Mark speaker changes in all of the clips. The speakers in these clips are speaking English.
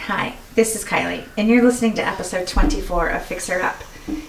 Speaker 1: Hi, this is Kylie, and you're listening to episode 24 of Fixer Up.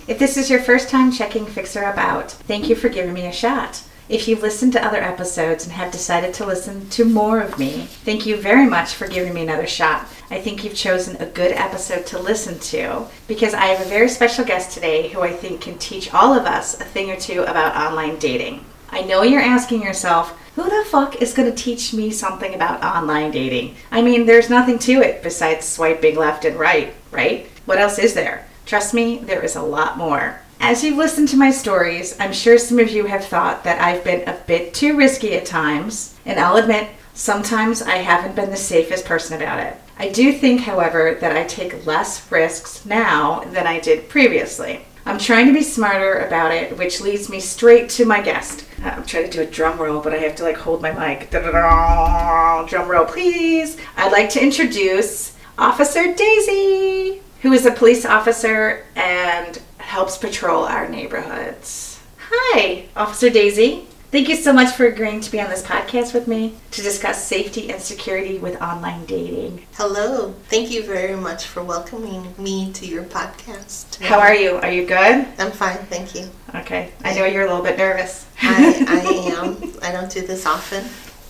Speaker 1: If this is your first time checking Fixer Up out, thank you for giving me a shot. If you've listened to other episodes and have decided to listen to more of me, thank you very much for giving me another shot. I think you've chosen a good episode to listen to because I have a very special guest today who I think can teach all of us a thing or two about online dating. I know you're asking yourself, who the fuck is going to teach me something about online dating? I mean, there's nothing to it besides swiping left and right, right? What else is there? Trust me, there is a lot more. As you've listened to my stories, I'm sure some of you have thought that I've been a bit too risky at times, and I'll admit, sometimes I haven't been the safest person about it. I do think, however, that I take less risks now than I did previously. I'm trying to be smarter about it, which leads me straight to my guest. Uh, I'm trying to do a drum roll, but I have to like hold my mic. Da-da-da, Drum roll, please. I'd like to introduce Officer Daisy, who is a police officer and helps patrol our neighborhoods. Hi, Officer Daisy. Thank you so much for agreeing to be on this podcast with me to discuss safety and security with online dating.
Speaker 2: Hello. Thank you very much for welcoming me to your podcast.
Speaker 1: How are you? Are you good?
Speaker 2: I'm fine, thank you.
Speaker 1: Okay. I know you're a little bit nervous.
Speaker 2: I, I am. I don't do this often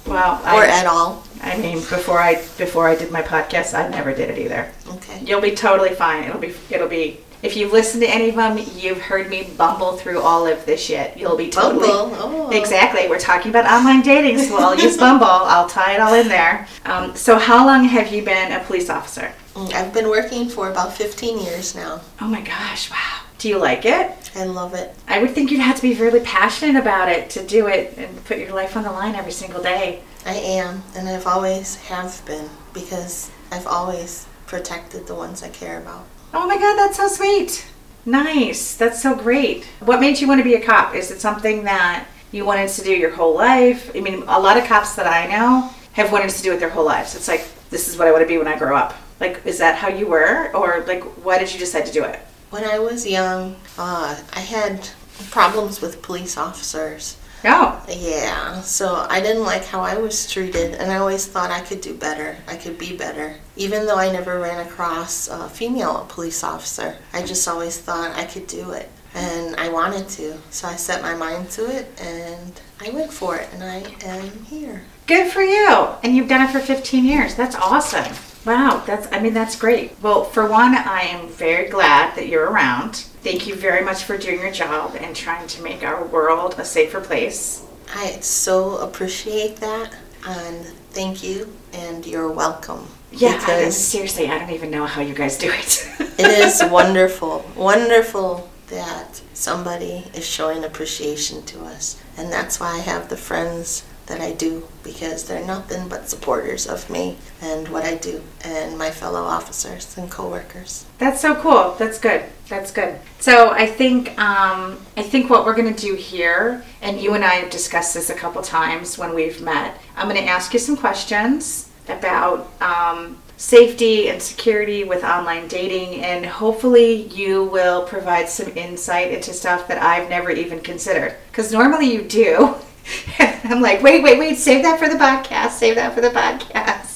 Speaker 1: Well,
Speaker 2: or
Speaker 1: I,
Speaker 2: at all.
Speaker 1: I mean, before I before I did my podcast, I never did it either.
Speaker 2: Okay.
Speaker 1: You'll be totally fine. It'll be it'll be. If you've listened to any of them, you've heard me bumble through all of this shit. You'll be totally
Speaker 2: Bumble. Oh.
Speaker 1: exactly. We're talking about online dating, so I'll use Bumble. I'll tie it all in there. Um, so, how long have you been a police officer?
Speaker 2: Mm, I've been working for about 15 years now.
Speaker 1: Oh my gosh! Wow. Do you like it?
Speaker 2: I love it.
Speaker 1: I would think you'd have to be really passionate about it to do it and put your life on the line every single day.
Speaker 2: I am, and I've always have been because I've always protected the ones I care about.
Speaker 1: Oh my god, that's so sweet. Nice. That's so great. What made you want to be a cop? Is it something that you wanted to do your whole life? I mean, a lot of cops that I know have wanted to do it their whole lives. It's like, this is what I want to be when I grow up. Like, is that how you were? Or, like, why did you decide to do it?
Speaker 2: When I was young, uh, I had problems with police officers.
Speaker 1: No.
Speaker 2: Yeah, so I didn't like how I was treated, and I always thought I could do better. I could be better. Even though I never ran across a female police officer, I just always thought I could do it. And I wanted to, so I set my mind to it and I went for it, and I am here.
Speaker 1: Good for you. And you've done it for 15 years. That's awesome. Wow, that's I mean that's great. Well, for one, I am very glad that you're around. Thank you very much for doing your job and trying to make our world a safer place.
Speaker 2: I so appreciate that, and thank you, and you're welcome.
Speaker 1: Yeah, I don't,
Speaker 2: because
Speaker 1: seriously, I don't even know how you guys do it.
Speaker 2: it is wonderful, wonderful that somebody is showing appreciation to us. And that's why I have the friends that I do because they're nothing but supporters of me and what I do and my fellow officers and coworkers.
Speaker 1: That's so cool. That's good. That's good. So I think um, I think what we're gonna do here, and you and I have discussed this a couple times when we've met. I'm gonna ask you some questions about um, safety and security with online dating, and hopefully you will provide some insight into stuff that I've never even considered. Because normally you do. I'm like, wait, wait, wait, save that for the podcast. Save that for the podcast.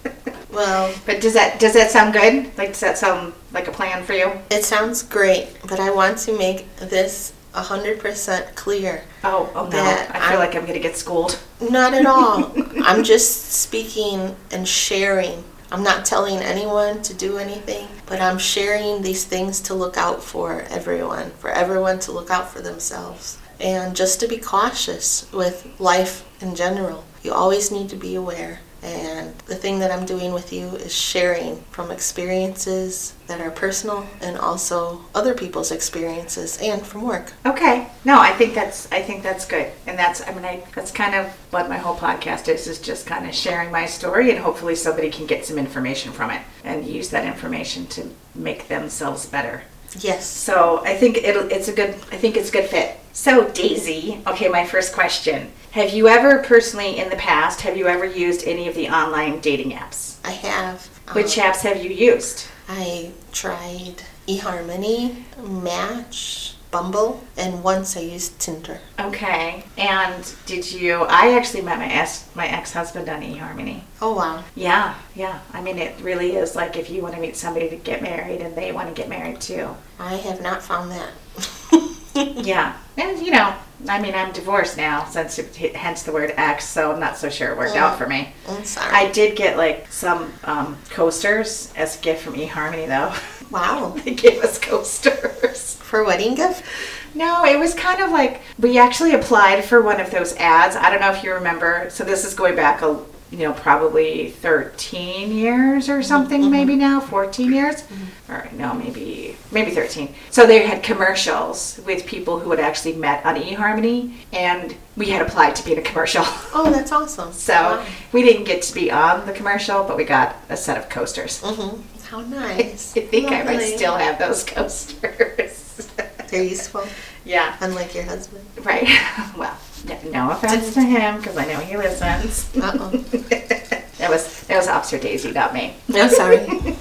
Speaker 2: Well,
Speaker 1: But does that does that sound good? Like does that sound like a plan for you?
Speaker 2: it sounds great, but I want to make this 100% clear.
Speaker 1: Oh, oh no!
Speaker 2: Yeah,
Speaker 1: I feel
Speaker 2: I'm-
Speaker 1: like I'm gonna get schooled.
Speaker 2: Not at all. I'm just speaking and sharing. I'm not telling anyone to do anything, but I'm sharing these things to look out for everyone, for everyone to look out for themselves. And just to be cautious with life in general. You always need to be aware. And the thing that I'm doing with you is sharing from experiences that are personal and also other people's experiences and from work.
Speaker 1: Okay. No, I think that's I think that's good, and that's I mean I, that's kind of what my whole podcast is is just kind of sharing my story, and hopefully somebody can get some information from it and use that information to make themselves better.
Speaker 2: Yes.
Speaker 1: So I think it'll, it's a good I think it's a good fit. So Daisy, okay, my first question: Have you ever personally in the past have you ever used any of the online dating apps?
Speaker 2: I have. um,
Speaker 1: Which apps have you used?
Speaker 2: I tried eHarmony, Match, Bumble, and once I used Tinder.
Speaker 1: Okay. And did you? I actually met my ex my ex husband on eHarmony.
Speaker 2: Oh wow.
Speaker 1: Yeah, yeah. I mean, it really is like if you want to meet somebody to get married and they want to get married too.
Speaker 2: I have not found that.
Speaker 1: Yeah. And you know, I mean, I'm divorced now, since hence the word ex. So I'm not so sure it worked out for me.
Speaker 2: I'm sorry.
Speaker 1: I did get like some um, coasters as a gift from eHarmony though.
Speaker 2: wow.
Speaker 1: they gave us coasters.
Speaker 2: For wedding gift?
Speaker 1: No, it was kind of like we actually applied for one of those ads. I don't know if you remember. So this is going back a you know probably 13 years
Speaker 2: Mm-hmm.
Speaker 1: or something maybe now 14 years or no maybe maybe 13 so they had commercials with people who had actually met on eharmony and we had applied to be in a commercial
Speaker 2: Oh, that's awesome.
Speaker 1: so we didn't get to be on the commercial but we got a set of coasters
Speaker 2: Wow. Mhm. How nice.
Speaker 1: i think i might
Speaker 2: Lovely.
Speaker 1: still have those coasters
Speaker 2: They're useful,
Speaker 1: yeah
Speaker 2: unlike your husband.
Speaker 1: Right. Well, n- no offense to him, because I know he listens.
Speaker 2: Uh oh.
Speaker 1: That was that was Officer Daisy, not me.
Speaker 2: I'm sorry.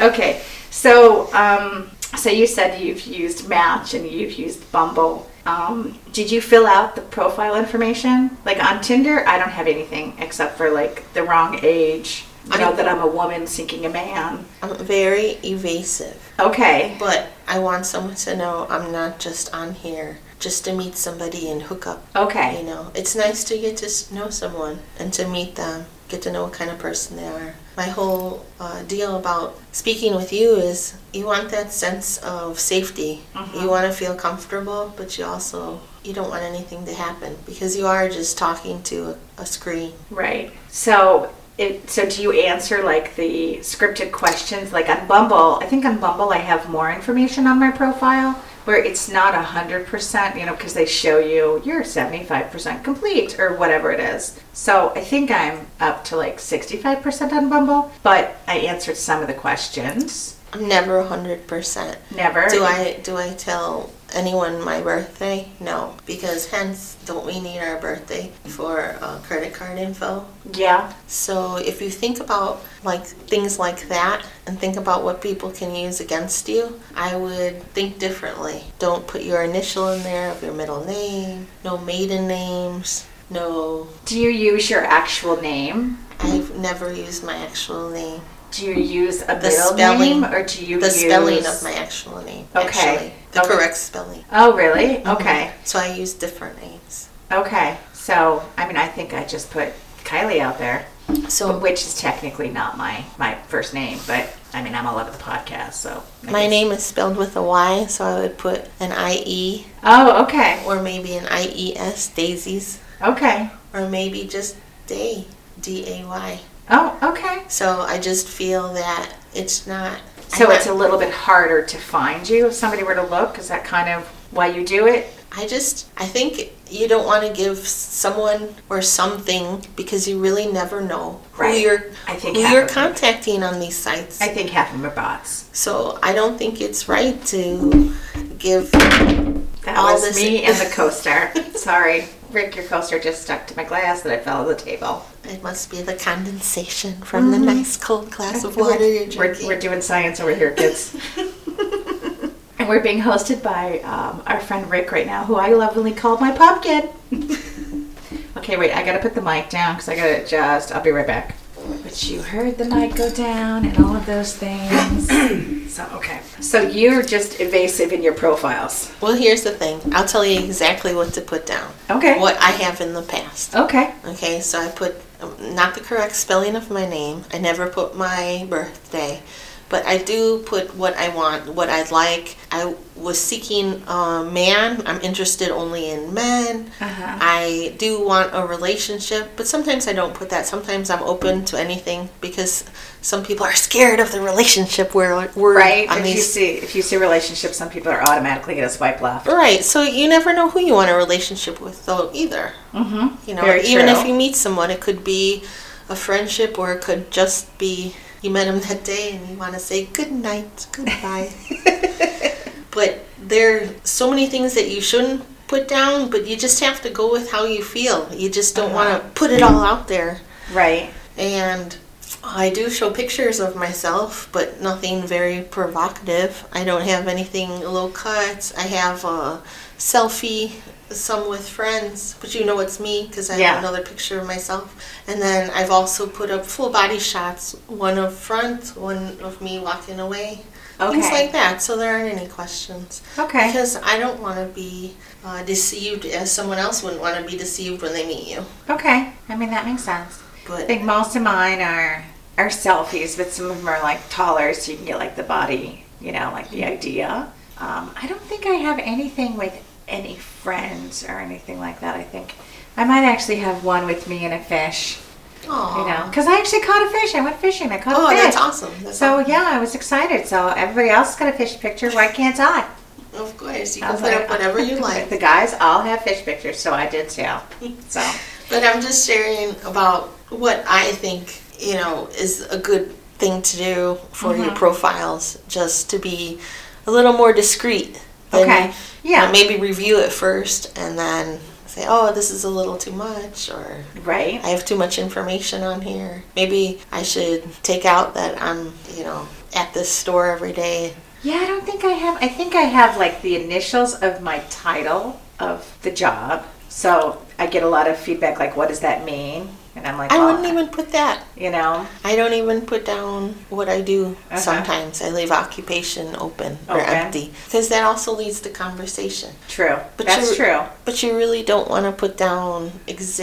Speaker 1: Okay. So, um, so you said you've used Match and you've used Bumble. Um, did you fill out the profile information? Like on Tinder, I don't have anything except for like the wrong age. I know that I'm a woman seeking a man.
Speaker 2: I'm very evasive.
Speaker 1: Okay.
Speaker 2: But I want someone to know I'm not just on here just to meet somebody and hook up. You
Speaker 1: Okay.
Speaker 2: know, it's nice to get to s- know someone and to meet them, get to know what kind of person they are. My whole uh, deal about speaking with you is you want that sense of safety. You want to feel comfortable, but you also you don't want anything to happen because you are just talking to a, a screen.
Speaker 1: Right. So it, so do you answer like the scripted questions like on Bumble? I think on Bumble I have more information on my profile where it's not a hundred percent, you know, because they show you you're seventy five percent complete or whatever it is. So I think I'm up to like sixty five percent on Bumble, but I answered some of the questions.
Speaker 2: I'm never 100%.
Speaker 1: Never.
Speaker 2: Do I do I tell anyone my birthday? No, because hence don't we need our birthday for uh, credit card info?
Speaker 1: Yeah.
Speaker 2: So if you think about like things like that and think about what people can use against you, I would think differently. Don't put your initial in there of your middle name. No maiden names. No,
Speaker 1: Do you use your actual name?
Speaker 2: I've never used my actual name.
Speaker 1: Do you use a
Speaker 2: The
Speaker 1: middle
Speaker 2: spelling-
Speaker 1: name or do you
Speaker 2: The
Speaker 1: use
Speaker 2: spelling of my actual name.
Speaker 1: Okay.
Speaker 2: Actually, the
Speaker 1: Okay.
Speaker 2: correct spelling.
Speaker 1: Oh really? Okay.
Speaker 2: So I use different names.
Speaker 1: Okay, so I mean, I think I just put Kylie out there,
Speaker 2: So
Speaker 1: which is technically not my my first name, but I mean, I'm all over the podcast, so I
Speaker 2: My
Speaker 1: guess-
Speaker 2: name is spelled with a Y, so I would put an I E
Speaker 1: Oh, okay,
Speaker 2: or maybe an I E S daisies
Speaker 1: okay.
Speaker 2: or maybe just day D A Y.
Speaker 1: Oh, okay.
Speaker 2: So I just feel that it's not. I'm
Speaker 1: So
Speaker 2: not-
Speaker 1: it's a little bit harder to find you if somebody were to look. Is that kind of why you do it?
Speaker 2: I just I think you don't want to give someone or something because you really never know who
Speaker 1: Right.
Speaker 2: you're
Speaker 1: I think
Speaker 2: who
Speaker 1: half
Speaker 2: you're
Speaker 1: of it.
Speaker 2: contacting on these sites.
Speaker 1: I think half of them are bots.
Speaker 2: so I don't think it's right to give.
Speaker 1: That
Speaker 2: All
Speaker 1: was
Speaker 2: this-
Speaker 1: me and the coaster. Sorry, Rick, your coaster just stuck to my glass that I fell on the table.
Speaker 2: It must be the condensation from the nice cold glass of water you're
Speaker 1: Mm-hmm. We're,
Speaker 2: drinking.
Speaker 1: we're doing science over here, kids. and we're being hosted by um, our friend Rick right now, who I lovingly call my pumpkin. okay, wait, I gotta put the mic down because I gotta adjust. I'll be right back. But you heard the mic go down and all of those things. so, okay. So you're just evasive in your profiles.
Speaker 2: Well, here's the thing. I'll tell you exactly what to put down.
Speaker 1: Okay.
Speaker 2: What I have in the past.
Speaker 1: Okay.
Speaker 2: Okay, so I put um, not the correct spelling of my name. I never put my birthday, but I do put what I want, what I'd like. I was seeking a man. I'm interested only in men.
Speaker 1: Uh-huh.
Speaker 2: I do want a relationship, but sometimes I don't put that. Sometimes I'm open to anything because some people are scared of the relationship word. word
Speaker 1: Right.
Speaker 2: on
Speaker 1: If you
Speaker 2: these
Speaker 1: see if you see relationships, some people are automatically gonna swipe left.
Speaker 2: Right. So you never know who you want a relationship with, though, either. Mm-hmm. You know,
Speaker 1: Very
Speaker 2: even
Speaker 1: true.
Speaker 2: if you meet someone, it could be a friendship or it could just be you met him that day and you want to say good night, goodbye. but there are so many things that you shouldn't put down, but you just have to
Speaker 1: Uh-huh.
Speaker 2: go with how you feel. You just don't want to put it all out there.
Speaker 1: Right.
Speaker 2: And I do show pictures of myself, but nothing very provocative. I don't have anything low cut. I have a selfie, some with friends, but you know it's me because I
Speaker 1: Yeah.
Speaker 2: have another picture of myself. And then I've also put up full body shots, one of front, one of me walking away, things
Speaker 1: Okay.
Speaker 2: like that. So there aren't any questions.
Speaker 1: Okay.
Speaker 2: Because I don't want to be uh, deceived as someone else wouldn't want to be deceived when they meet you.
Speaker 1: Okay. I mean, that makes sense. I
Speaker 2: But
Speaker 1: think most of mine are are selfies, but some of them are like taller, so you can get like the body, you know, like the idea. Um, I don't think I have anything with any friends or anything like that. I think I might actually have one with me and a fish,
Speaker 2: Aw.
Speaker 1: you know, because I actually caught a fish. I went fishing. I caught
Speaker 2: Oh,
Speaker 1: a fish.
Speaker 2: that's awesome. That's
Speaker 1: So
Speaker 2: awesome.
Speaker 1: yeah, I was excited. So everybody else got a fish picture. Why can't I?
Speaker 2: Of course, you
Speaker 1: I
Speaker 2: can
Speaker 1: was
Speaker 2: put up whatever you like.
Speaker 1: the guys all have fish pictures, so I did too. So
Speaker 2: But I'm just sharing about what I think, you know, is a good thing to do for
Speaker 1: Mm-hmm.
Speaker 2: your profiles, just to be a little more discreet. than-
Speaker 1: Okay.
Speaker 2: you know,
Speaker 1: Yeah.
Speaker 2: maybe review it first and then say, oh, this is a little too much, or
Speaker 1: right.
Speaker 2: I have too much information on here. Maybe I should take out that I'm, you know, at this store every day.
Speaker 1: Yeah, I don't think I have. I think I have like the initials of my title of the job. So I get a lot of feedback like, what does that mean? And I'm like,
Speaker 2: I
Speaker 1: well,
Speaker 2: wouldn't even put that.
Speaker 1: you know,
Speaker 2: I don't even put down what I do
Speaker 1: Uh-huh.
Speaker 2: sometimes. I leave occupation open or
Speaker 1: Okay.
Speaker 2: empty because that also leads to conversation.
Speaker 1: true.
Speaker 2: But
Speaker 1: That's
Speaker 2: you-
Speaker 1: true.
Speaker 2: But you really don't want to put down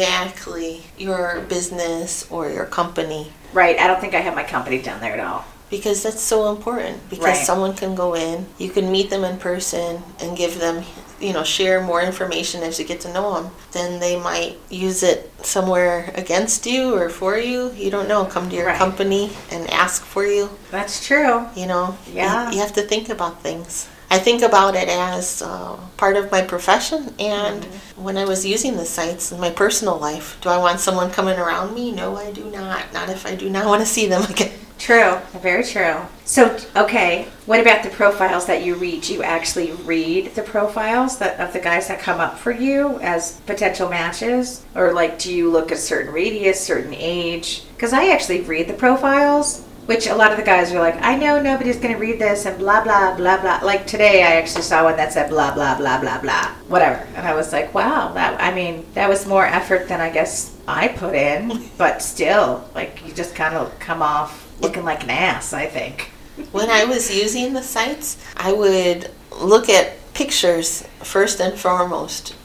Speaker 2: exactly your business or your company
Speaker 1: Right. I don't think I have my company down there at all.
Speaker 2: because that's so important because
Speaker 1: Right.
Speaker 2: someone can go in, you can meet them in person and give them, you know, share more information as you get to know them. Then they might use it somewhere against you or for you. You don't know. Come to your
Speaker 1: Right.
Speaker 2: company and ask for you.
Speaker 1: That's true.
Speaker 2: You know, you-
Speaker 1: Yeah.
Speaker 2: you, have to think about things. I think about it as uh, part of my profession and when I was using the sites in my personal life. Do I want someone coming around me? No, I do not. Not if I do not want to see them again.
Speaker 1: True. Very true. So, okay. What about the profiles that you read? Do you actually read the profiles that of the guys that come up for you as potential matches, or like do you look at certain radius, certain age? Because I actually read the profiles, which a lot of the guys are like, I know nobody's going to read this and blah blah blah blah. Like today, I actually saw one that said blah blah blah blah blah whatever, and I was like, wow. That I mean, that was more effort than I guess I put in, but still, like you just kind of come off looking like an ass, I think.
Speaker 2: when I was using the sites, I would look at pictures first and foremost.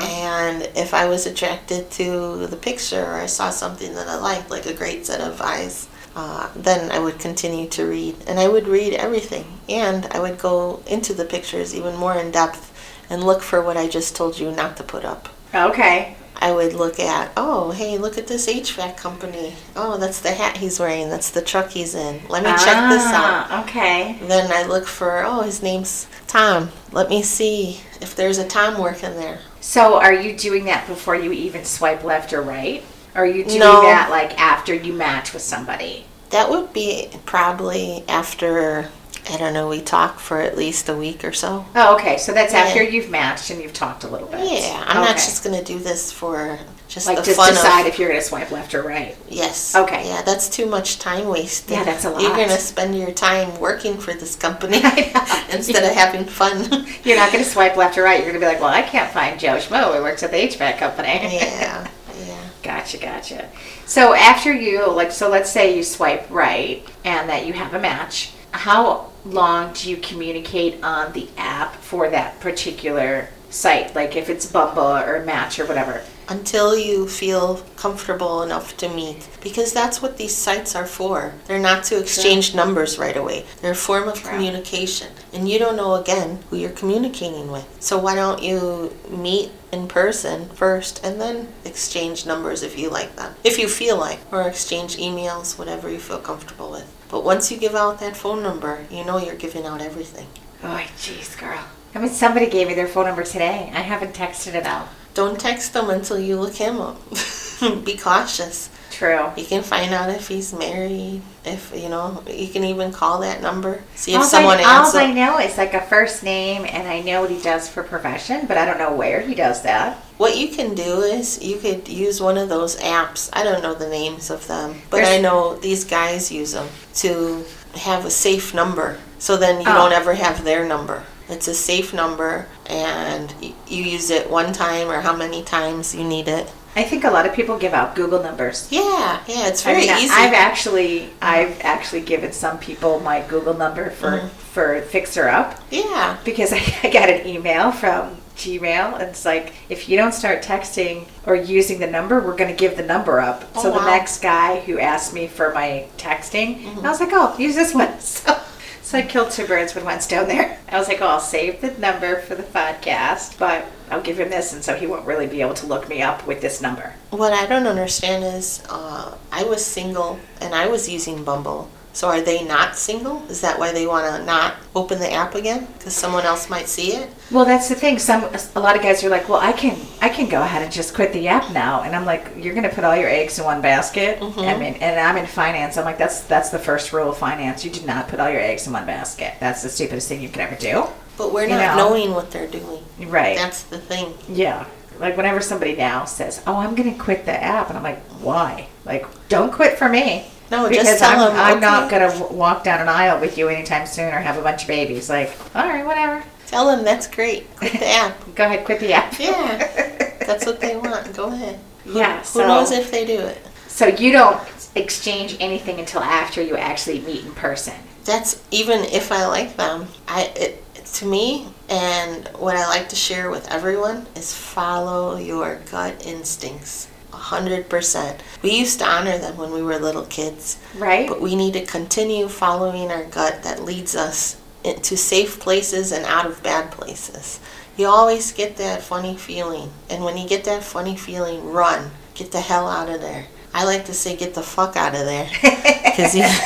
Speaker 2: And if I was attracted to the picture or I saw something that I liked, like a great set of eyes, uh, then I would continue to read. And I would read everything. And I would go into the pictures even more in depth and look for what I just told you not to put up.
Speaker 1: Okay.
Speaker 2: I would look at, oh, hey, look at this HVAC company. Oh, that's the hat he's wearing. That's the truck he's in. Let me check this out.
Speaker 1: Ah, Okay.
Speaker 2: Then I look for, oh, his name's Tom. Let me see if there's a Tom working there.
Speaker 1: So, are you doing that before you even swipe left or right? Or are you doing
Speaker 2: No.
Speaker 1: that like after you match with somebody?
Speaker 2: That would be probably after, I don't know, we talk for at least a week or so.
Speaker 1: Oh, okay. So that's
Speaker 2: Yeah.
Speaker 1: after you've matched and you've talked a little bit.
Speaker 2: Yeah, I'm not
Speaker 1: Okay.
Speaker 2: just going to do this for just
Speaker 1: like
Speaker 2: the
Speaker 1: just
Speaker 2: fun
Speaker 1: decide
Speaker 2: of
Speaker 1: if you're going to swipe left or right.
Speaker 2: Yes.
Speaker 1: Okay.
Speaker 2: Yeah, that's too much time wasted.
Speaker 1: Yeah, that's a
Speaker 2: You're
Speaker 1: lot.
Speaker 2: going to spend your time working for this company
Speaker 1: I know.
Speaker 2: instead of having fun.
Speaker 1: You're not going to swipe left or right. You're going to be like, well, I can't find Joe Schmo. He works at the HVAC company.
Speaker 2: yeah, yeah.
Speaker 1: Gotcha, gotcha. So after you like, so let's say you swipe right and that you have a match. How long do you communicate on the app for that particular site? Like if it's Bumble or Match or whatever.
Speaker 2: until you feel comfortable enough to meet because that's what these sites are for they're not to exchange numbers right away they're a form of communication and you don't know again who you're communicating with so why don't you meet in person first and then exchange numbers if you like them if you feel like or exchange emails whatever you feel comfortable with but once you give out that phone number you know you're giving out everything
Speaker 1: Oh, jeez, girl. I mean, somebody gave me their phone number today. I haven't texted it out.
Speaker 2: Don't text them until you look him up. Be cautious.
Speaker 1: True.
Speaker 2: You can find out if he's married. If you know, you can even call that number. See if
Speaker 1: All
Speaker 2: someone
Speaker 1: I,
Speaker 2: answers.
Speaker 1: all I know is like a first name, and I know what he does for profession, but I don't know where he does that.
Speaker 2: What you can do is you could use one of those apps. I don't know the names of them, but I
Speaker 1: There's-
Speaker 2: know these guys use them to have a safe number. So then you
Speaker 1: Oh.
Speaker 2: don't ever have their number. It's a safe number, and y- you use it one time or how many times you need it.
Speaker 1: I think a lot of people give out Google numbers.
Speaker 2: Yeah, yeah, it's
Speaker 1: I
Speaker 2: very
Speaker 1: mean,
Speaker 2: easy.
Speaker 1: I've actually, I've actually given some people my Google number for
Speaker 2: Mm-hmm.
Speaker 1: for Fixer Up
Speaker 2: yeah,
Speaker 1: because I, I got an email from Gmail, and it's like if you don't start texting or using the number, we're going to give the number up.
Speaker 2: Oh,
Speaker 1: so the
Speaker 2: wow. Mm-hmm.
Speaker 1: next guy who asked me for my texting, I was like, oh, use this one. So, so I killed two birds with one stone there. I was like, oh, I'll save the number for the podcast, but I'll give him this, and so he won't really be able to look me up with this number.
Speaker 2: What I don't understand is uh, I was single and I was using Bumble. So are they not single? Is that why they want to not open the app again? Because someone else might see it?
Speaker 1: Well, that's the thing. Some a lot of guys are like, "Well, I can I can go ahead and just quit the app now," and I'm like, "You're going to put all your eggs in one basket."
Speaker 2: Mm-hmm.
Speaker 1: I mean, and I'm in finance. I'm like, "That's that's the first rule of finance. You do not put all your eggs in one basket. That's the stupidest thing you could ever do."
Speaker 2: But we're
Speaker 1: You
Speaker 2: not
Speaker 1: know.
Speaker 2: knowing what they're doing.
Speaker 1: Right.
Speaker 2: That's the thing.
Speaker 1: yeah. Like whenever somebody now says, "Oh, I'm going to quit the app," and I'm like, "Why?" Like, don't quit for me.
Speaker 2: No,
Speaker 1: because
Speaker 2: just tell
Speaker 1: I'm,
Speaker 2: them.
Speaker 1: I'm not
Speaker 2: okay,
Speaker 1: going to walk down an aisle with you anytime soon or have a bunch of babies. Like, all right, whatever.
Speaker 2: Tell them that's great. Quit the app.
Speaker 1: Go ahead, quit the app.
Speaker 2: Yeah. that's what they want. Go ahead.
Speaker 1: Yeah.
Speaker 2: Who knows if they do it?
Speaker 1: So you don't exchange anything until after you actually meet in person.
Speaker 2: that's even if I like them. I it, to me and what I like to share with everyone is follow your gut instincts. a 100%. We used to honor them when we were little kids,
Speaker 1: Right?
Speaker 2: but we need to continue following our gut that leads us into safe places and out of bad places. You always get that funny feeling, and when you get that funny feeling, run. Get the hell out of there. I like to say, get the fuck out of there. 'Cause you-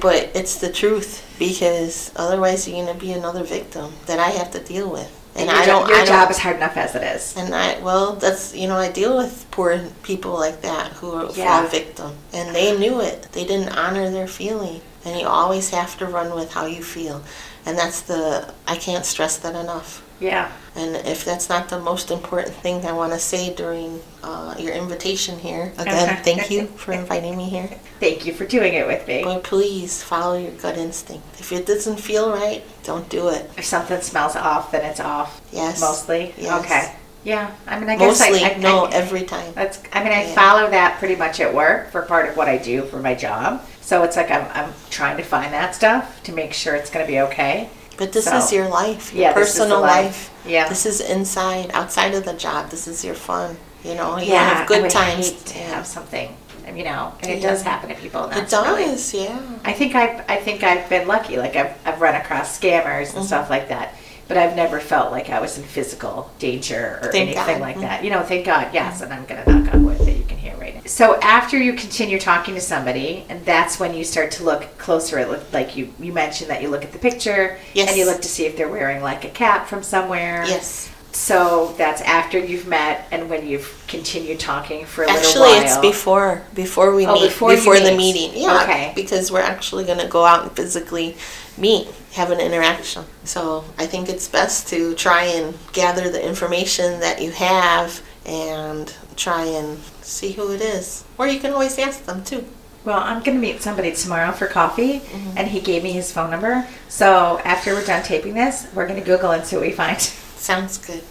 Speaker 2: but it's the truth because otherwise you're gonna be another victim that I have to deal with, and
Speaker 1: your
Speaker 2: I
Speaker 1: jo-
Speaker 2: don't.
Speaker 1: your
Speaker 2: I
Speaker 1: job
Speaker 2: don't,
Speaker 1: is hard enough as it is.
Speaker 2: and I well, that's you know I deal with poor people like that who are
Speaker 1: Yeah.
Speaker 2: fall victim, and they knew it. They didn't honor their feeling, and you always have to run with how you feel, and that's the I can't stress that enough.
Speaker 1: Yeah.
Speaker 2: And if that's not the most important thing I want to say during uh, your invitation here, again,
Speaker 1: Okay.
Speaker 2: thank you for inviting me here.
Speaker 1: Thank you for doing it with me.
Speaker 2: But please follow your gut instinct. If it doesn't feel right, don't do it.
Speaker 1: If something smells off, then it's off.
Speaker 2: Yes.
Speaker 1: Mostly.
Speaker 2: Yes.
Speaker 1: Okay. Yeah. I mean, I guess
Speaker 2: Mostly,
Speaker 1: I, I
Speaker 2: no,
Speaker 1: I,
Speaker 2: every time.
Speaker 1: that's. I mean, I
Speaker 2: Yeah.
Speaker 1: follow that pretty much at work for part of what I do for my job. So it's like I'm, I'm trying to find that stuff to make sure it's going to be okay.
Speaker 2: But this
Speaker 1: So-
Speaker 2: is your life, your
Speaker 1: Yeah, this is the
Speaker 2: personal
Speaker 1: life.
Speaker 2: life.
Speaker 1: Yeah.
Speaker 2: This is inside, outside of the job. This is your fun. You know, you
Speaker 1: I
Speaker 2: have good
Speaker 1: would
Speaker 2: times.
Speaker 1: hate to
Speaker 2: Yeah.
Speaker 1: have something, you know, and it
Speaker 2: Yeah.
Speaker 1: does happen to people. and
Speaker 2: It
Speaker 1: that's really-
Speaker 2: does, yeah.
Speaker 1: I think I've I think I've been lucky. Like I've I've run across scammers and
Speaker 2: Mm-hmm.
Speaker 1: stuff like that, but I've never felt like I was in physical danger or
Speaker 2: Thank
Speaker 1: anything
Speaker 2: God.
Speaker 1: like
Speaker 2: Mm-hmm.
Speaker 1: that. You know, thank God. Yes, and I'm gonna knock on wood that you can hear right now. So after you continue talking to somebody, and that's when you start to look closer. It look like you you mentioned that you look at the picture
Speaker 2: Yes.
Speaker 1: and you look to see if they're wearing like a cap from somewhere.
Speaker 2: Yes.
Speaker 1: So that's after you've met and when you've continued talking for a little
Speaker 2: Actually,
Speaker 1: while.
Speaker 2: it's before before we
Speaker 1: Oh,
Speaker 2: meet
Speaker 1: before you
Speaker 2: the
Speaker 1: meet.
Speaker 2: meeting. Yeah,
Speaker 1: Okay.
Speaker 2: because we're actually going to go out and physically meet, have an interaction. So I think it's best to try and gather the information that you have and try and see who it is, or you can always ask them too.
Speaker 1: Well, I'm going to meet somebody tomorrow for coffee,
Speaker 2: Mm-hmm.
Speaker 1: and he gave me his phone number. So after we're done taping this, we're going to Google and see what we find.
Speaker 2: Sounds good.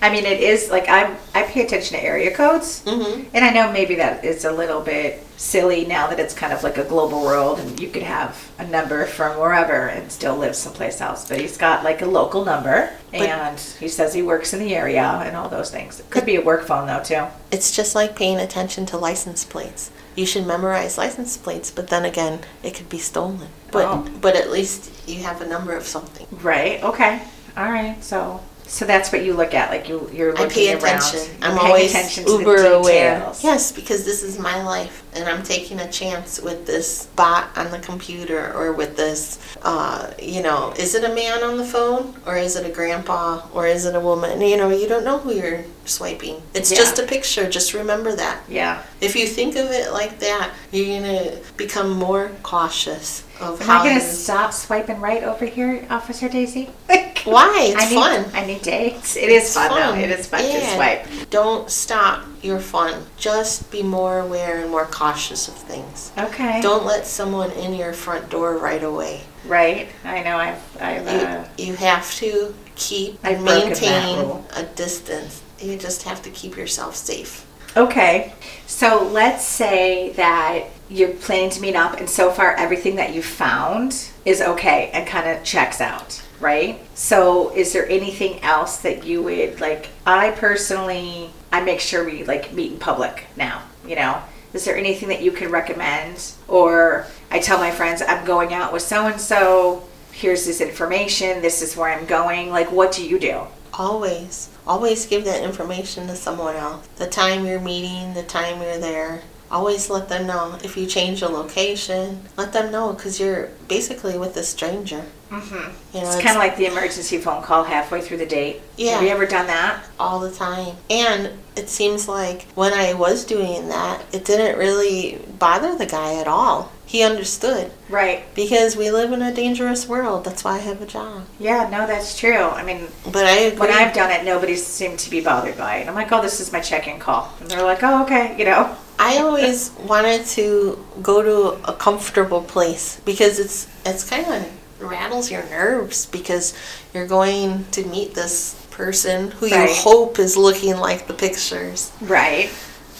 Speaker 1: I mean, it is like I'm, I pay attention to area codes,
Speaker 2: Mhm.
Speaker 1: and I know maybe that is a little bit silly now that it's kind of like a global world, and you could have a number from wherever and still live someplace else. But he's got like a local number, and he says he works in the area and all those things. It could be a work phone though too.
Speaker 2: It's just like paying attention to license plates. You should memorize license plates, but then again, it could be stolen. But
Speaker 1: Oh.
Speaker 2: but at least you have a number of something.
Speaker 1: Right. Okay. All right. So So that's what you look at, like you, you're
Speaker 2: I
Speaker 1: looking
Speaker 2: pay
Speaker 1: around.
Speaker 2: attention.
Speaker 1: You're
Speaker 2: I'm
Speaker 1: paying
Speaker 2: always
Speaker 1: attention to
Speaker 3: uber
Speaker 1: the
Speaker 3: aware.
Speaker 1: details.
Speaker 2: Yes, because this is my life, and I'm taking a chance with this bot on the computer or with this, uh, you know, is it a man on the phone or is it a grandpa or is it a woman? You know, you don't know who you're swiping. It's
Speaker 1: Yeah.
Speaker 2: just a picture. Just remember that.
Speaker 1: Yeah.
Speaker 2: If you think of it like that, you're gonna become more cautious of
Speaker 1: Am
Speaker 2: how.
Speaker 1: I going to
Speaker 2: you-
Speaker 1: stop swiping right over here, Officer Daisy? Like,
Speaker 2: Why? It's
Speaker 1: I need,
Speaker 2: fun.
Speaker 1: I need dates. It is fun, though. It is fun to
Speaker 2: Yeah.
Speaker 1: swipe.
Speaker 2: Don't stop your fun. Just be more aware and more cautious of things.
Speaker 1: Okay.
Speaker 2: Don't let someone in your front door right away.
Speaker 1: Right. I know. I've. I've uh,
Speaker 2: You, you have to keep
Speaker 1: I've
Speaker 2: and
Speaker 1: broken that
Speaker 2: maintain
Speaker 1: rule.
Speaker 2: a distance. You just have to keep yourself safe.
Speaker 1: okay. So let's say that you're planning to meet up, and so far everything that you found is okay and kind of checks out, right? So is there anything else that you would like? I personally, I make sure we like meet in public now. You know, is there anything that you could recommend? Or I tell my friends I'm going out with so and so. Here's this information. This is where I'm going. Like, what do you do?
Speaker 2: Always, always give that information to someone else. The time you're meeting, the time you're there. Always let them know. If you change the location, let them know because you're basically with a stranger. Mm-hmm. You know,
Speaker 1: It's kind of like the emergency phone call halfway through the date.
Speaker 2: Yeah.
Speaker 1: Have you ever done that?
Speaker 2: all the time. And it seems like when I was doing that, it didn't really bother the guy at all. He understood
Speaker 1: Right.
Speaker 2: because we live in a dangerous world. That's why I have a job.
Speaker 1: Yeah, no, that's true. I mean,
Speaker 2: But I agree.
Speaker 1: when I've done it, nobody seemed to be bothered by it. I'm like, oh, this is my check in call. And they're like, oh, okay, you know.
Speaker 2: I always wanted to go to a comfortable place because it's it's kind of rattles your nerves because you're going to meet this person who
Speaker 1: Right.
Speaker 2: you hope is looking like the pictures.
Speaker 1: Right.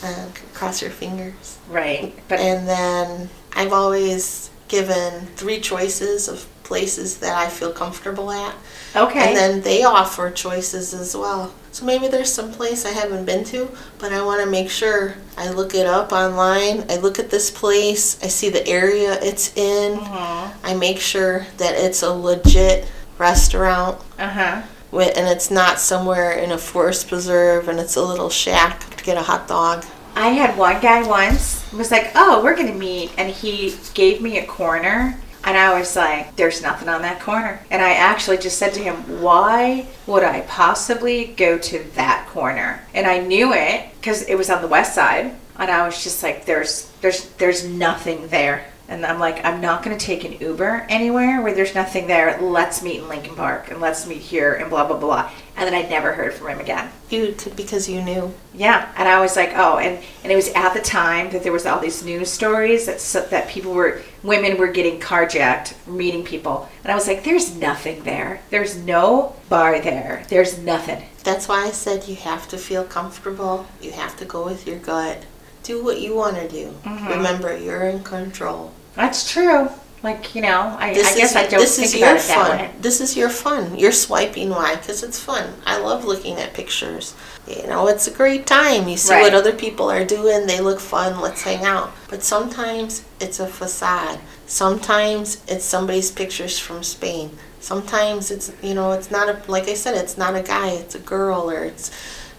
Speaker 2: Uh, cross your fingers.
Speaker 1: Right. But
Speaker 2: And then I've always given three choices of places that I feel comfortable at.
Speaker 1: okay.
Speaker 2: And then they offer choices as well. So maybe there's some place I haven't been to, but I want to make sure I look it up online. I look at this place, I see the area it's in.
Speaker 1: Mm-hmm.
Speaker 2: I make sure that it's a legit restaurant
Speaker 1: uh huh.
Speaker 2: wi- and it's not somewhere in a forest preserve and it's a little shack to get a hot dog.
Speaker 1: I had one guy once was like, "Oh, we're gonna meet," and he gave me a corner, and I was like, "There's nothing on that corner." And I actually just said to him, "Why would I possibly go to that corner?" And I knew it because it was on the west side, and I was just like, "There's, there's, there's nothing there." And I'm like, I'm not going to take an Uber anywhere where there's nothing there. Let's meet in Lincoln Park and let's meet here and blah, blah, blah. And then I never heard from him again.
Speaker 2: You could because you knew.
Speaker 1: Yeah, and I was like, oh, and and it was at the time that there was all these news stories that s- that people were women were getting carjacked, meeting people, and I was like, there's nothing there. There's no bar there. There's nothing.
Speaker 2: That's why I said you have to feel comfortable. You have to go with your gut. Do what you want to do. Remember, you're in control.
Speaker 1: That's true. Like you know, I, I
Speaker 2: This
Speaker 1: guess
Speaker 2: is,
Speaker 1: I don't
Speaker 2: this
Speaker 1: think
Speaker 2: is
Speaker 1: about
Speaker 2: your
Speaker 1: it that
Speaker 2: fun.
Speaker 1: way.
Speaker 2: This is your fun. You're swiping why? Because it's fun. I love looking at pictures. You know, it's a great time. You see
Speaker 1: Right.
Speaker 2: what other people are doing. They look fun. Let's hang out. But sometimes it's a facade. Sometimes it's somebody's pictures from Spain. Sometimes it's you know it's not a like I said it's not a guy. It's a girl or it's